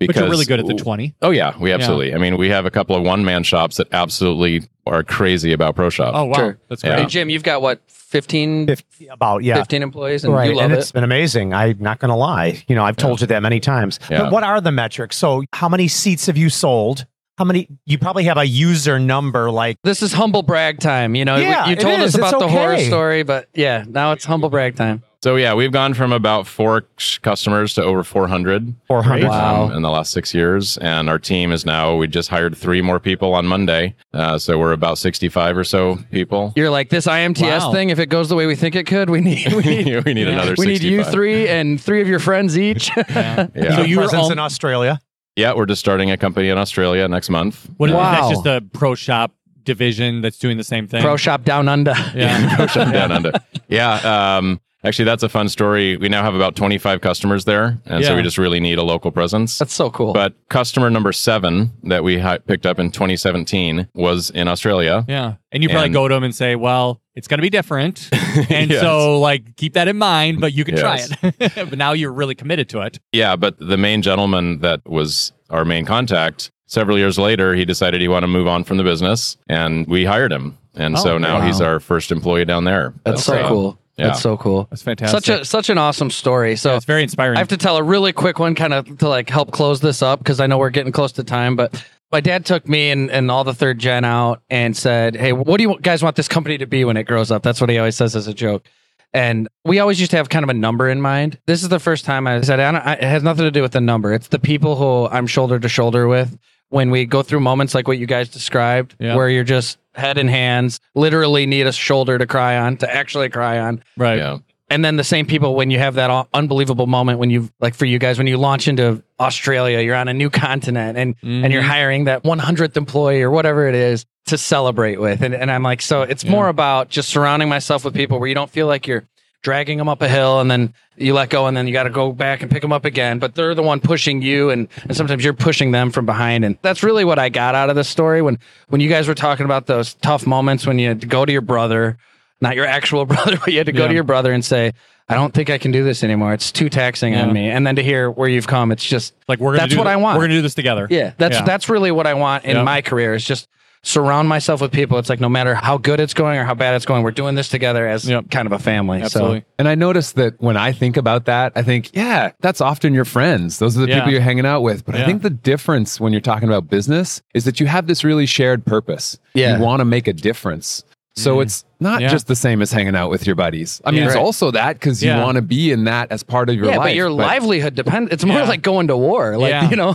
Speaker 1: but you're really good at the 20.
Speaker 4: Oh yeah, we absolutely. I mean, we have a couple of one man shops that absolutely are crazy about pro shop.
Speaker 1: Oh, wow.
Speaker 3: Sure.
Speaker 1: That's
Speaker 4: Yeah.
Speaker 1: great.
Speaker 3: Hey, Jim, you've got what 15, 15,
Speaker 2: Fif- about yeah.
Speaker 3: employees, and
Speaker 2: right.
Speaker 3: you love
Speaker 2: and
Speaker 3: it.
Speaker 2: has been amazing. I'm not going to lie. You know, I've told you that many times.
Speaker 4: Yeah.
Speaker 2: But what are the metrics? So, how many seats have you sold? How many? You probably have a user number like
Speaker 3: This is humble brag time. You know,
Speaker 2: Yeah,
Speaker 3: you
Speaker 2: it is.
Speaker 3: told us
Speaker 2: It's
Speaker 3: about the horror
Speaker 2: okay.
Speaker 3: story, but yeah, now it's humble brag time.
Speaker 4: So yeah, we've gone from about four sh- customers to over 400
Speaker 2: 400.
Speaker 3: Wow.
Speaker 4: um, in the last six years. And our team is now, we just hired three more people on Monday. Uh, so we're about 65 or so people.
Speaker 3: You're like this IMTS
Speaker 1: Wow.
Speaker 3: thing. If it goes the way we think it could, we need we
Speaker 4: we
Speaker 3: need,
Speaker 4: need another
Speaker 3: we
Speaker 4: 65.
Speaker 3: need you three and three of your friends each.
Speaker 1: Yeah.
Speaker 4: Yeah.
Speaker 1: So you were
Speaker 2: Presence
Speaker 1: all,
Speaker 2: in Australia.
Speaker 4: yeah, we're just starting a company in Australia next month.
Speaker 1: what,
Speaker 4: Uh,
Speaker 1: that's
Speaker 3: Wow.
Speaker 1: just a pro shop division that's doing the same thing.
Speaker 3: Pro shop down under.
Speaker 1: Yeah.
Speaker 4: Push 'em down under. Yeah. Um, actually, that's a fun story. We now have about 25 customers there. And so
Speaker 1: Yeah.
Speaker 4: we just really need a local presence.
Speaker 3: That's so cool.
Speaker 4: but customer number seven that we hi- picked up in 2017 was in Australia.
Speaker 1: Yeah. And you probably
Speaker 4: And-
Speaker 1: go to them and say, well, it's going to be different. And
Speaker 4: Yes.
Speaker 1: so, like, keep that in mind, but you can
Speaker 4: Yes.
Speaker 1: try it. but now you're really committed to it.
Speaker 4: Yeah, but the main gentleman that was our main contact, several years later, he decided he wanted to move on from the business and we hired him. And
Speaker 1: Oh,
Speaker 4: so now
Speaker 3: wow.
Speaker 4: he's our first employee down there.
Speaker 3: That's so
Speaker 4: uh,
Speaker 3: cool.
Speaker 4: yeah.
Speaker 3: That's so cool.
Speaker 1: That's fantastic.
Speaker 3: Such a such an awesome story. So
Speaker 1: it's very inspiring.
Speaker 3: I have to tell a really quick one, kind of to like help close this up because I know we're getting close to time. But my dad took me and, and all the third gen out and said, "Hey, what do you guys want this company to be when it grows up?" That's what he always says as a joke. And we always used to have kind of a number in mind. This is the first time I said, I don't, I, "It has nothing to do with the number. It's the people who I'm shoulder to shoulder with." When we go through moments like what you guys described,
Speaker 1: Yeah.
Speaker 3: where you're just head in hands, literally need a shoulder to cry on, to actually cry on,
Speaker 1: right.
Speaker 4: Yeah.
Speaker 3: and then the same people when you have that au- unbelievable moment when you like for you guys when you launch into Australia, you're on a new continent and and you're hiring that 100th employee or whatever it is to celebrate with. And and I'm like, so it's more about just surrounding myself with people where you don't feel like you're dragging them up a hill and then you let go and then you got to go back and pick them up again but they're the one pushing you and, and sometimes you're pushing them from behind and that's really what i got out of this story when when you guys were talking about those tough moments when you had to go to your brother not your actual brother, but you had to go
Speaker 1: Yeah.
Speaker 3: to your brother and say, I don't think I can do this anymore. It's too taxing
Speaker 1: Yeah.
Speaker 3: on me. And then to hear where you've come, it's just
Speaker 1: Like, we're gonna
Speaker 3: That's
Speaker 1: do
Speaker 3: what
Speaker 1: th-
Speaker 3: I want.
Speaker 1: We're going to do this together.
Speaker 3: yeah, that's
Speaker 1: Yeah.
Speaker 3: that's really what I want in
Speaker 1: Yeah.
Speaker 3: my career is just surround myself with people. It's like no matter how good it's going or how bad it's going, we're doing this together as
Speaker 1: Yep.
Speaker 3: kind of a family.
Speaker 1: Absolutely.
Speaker 5: And I noticed that when I think about that, I think, yeah, that's often your friends. Those are the
Speaker 1: Yeah.
Speaker 5: people you're hanging out with. But
Speaker 1: Yeah.
Speaker 5: I think the difference when you're talking about business is that you have this really shared purpose.
Speaker 3: Yeah.
Speaker 5: You want to make a difference. So it's not
Speaker 1: Mm. Yeah.
Speaker 5: just the same as hanging out with your buddies. I mean,
Speaker 1: Yeah.
Speaker 5: it's
Speaker 3: Right.
Speaker 5: also that because you
Speaker 1: Yeah.
Speaker 5: want to be in that as part
Speaker 3: So
Speaker 5: of your
Speaker 3: yeah,
Speaker 5: life.
Speaker 3: but your livelihood depends. It's more
Speaker 1: Yeah.
Speaker 3: like going to war, like
Speaker 1: Yeah.
Speaker 3: you know.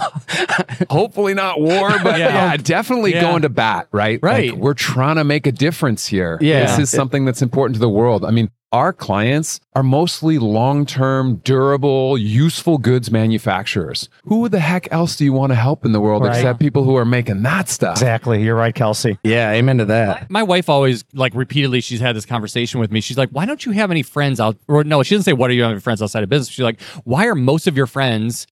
Speaker 5: hopefully not war, but
Speaker 1: Yeah.
Speaker 5: yeah, definitely
Speaker 1: Yeah.
Speaker 5: going to bat, right?
Speaker 1: Right.
Speaker 5: Like, we're trying to make a difference here.
Speaker 3: Yeah.
Speaker 5: This is something that's important to the world. I mean, our clients are mostly long term, durable, useful goods manufacturers. Who the heck else do you want to help in the world
Speaker 2: Right.
Speaker 5: except people who are making that stuff?
Speaker 2: Exactly. You're right, Kelsey.
Speaker 3: yeah, amen to that.
Speaker 1: My wife always, like, repeatedly, she's had this conversation with me. She's like, why don't you have any friends out? Or, no, she doesn't say, what are you having friends outside of business? She's like, why are most of your friends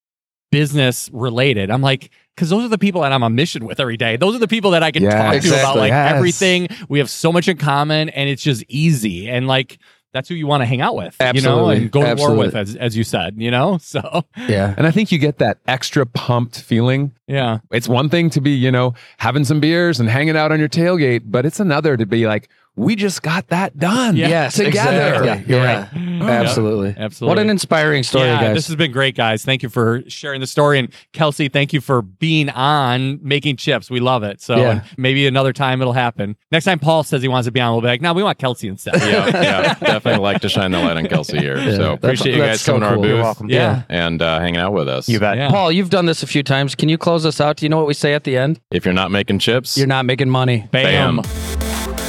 Speaker 1: business related? I'm like, because those are the people that I'm on mission with every day. Those are the people that I can
Speaker 5: Yes.
Speaker 1: talk to about,
Speaker 3: Exactly.
Speaker 1: like,
Speaker 5: Yes.
Speaker 1: everything. We have so much in common and it's just easy. And, like, that's who you want to hang out with, you
Speaker 3: Absolutely.
Speaker 1: know, and go to war
Speaker 3: Absolutely.
Speaker 1: with, as, as you said, you know? So,
Speaker 3: Yeah.
Speaker 5: And I think you get that extra pumped feeling.
Speaker 1: yeah.
Speaker 5: It's one thing to be, you know, having some beers and hanging out on your tailgate, but it's another to be like, we just got that done.
Speaker 1: Yeah.
Speaker 3: Yes,
Speaker 5: Together.
Speaker 3: exactly. You're
Speaker 1: Yeah.
Speaker 3: right. Absolutely.
Speaker 1: Absolutely.
Speaker 3: What an inspiring story,
Speaker 1: yeah,
Speaker 3: guys.
Speaker 1: this has been great, guys. Thank you for sharing the story, and Kelsey, thank you for being on making chips. We love it. So
Speaker 3: Yeah.
Speaker 1: and maybe another time it'll happen. Next time Paul says he wants to be on, we'll be like, "No, we want Kelsey instead."
Speaker 4: yeah, yeah. Definitely like to shine the light on Kelsey here. so
Speaker 3: that's-
Speaker 4: appreciate you
Speaker 3: that's
Speaker 4: guys
Speaker 3: so
Speaker 4: coming to our
Speaker 3: cool.
Speaker 4: booth
Speaker 3: You're
Speaker 2: welcome.
Speaker 1: Yeah.
Speaker 4: and uh, hanging out with us.
Speaker 2: You bet.
Speaker 1: Yeah.
Speaker 3: Paul, you've done this a few times. Can you close us out? Do you know what we say at the end?
Speaker 4: If you're not making chips,
Speaker 3: You're not making money.
Speaker 1: Bam.
Speaker 4: Bam.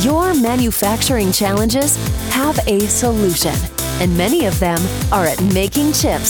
Speaker 6: Your manufacturing challenges have a solution, and many of them are at makingchips.com.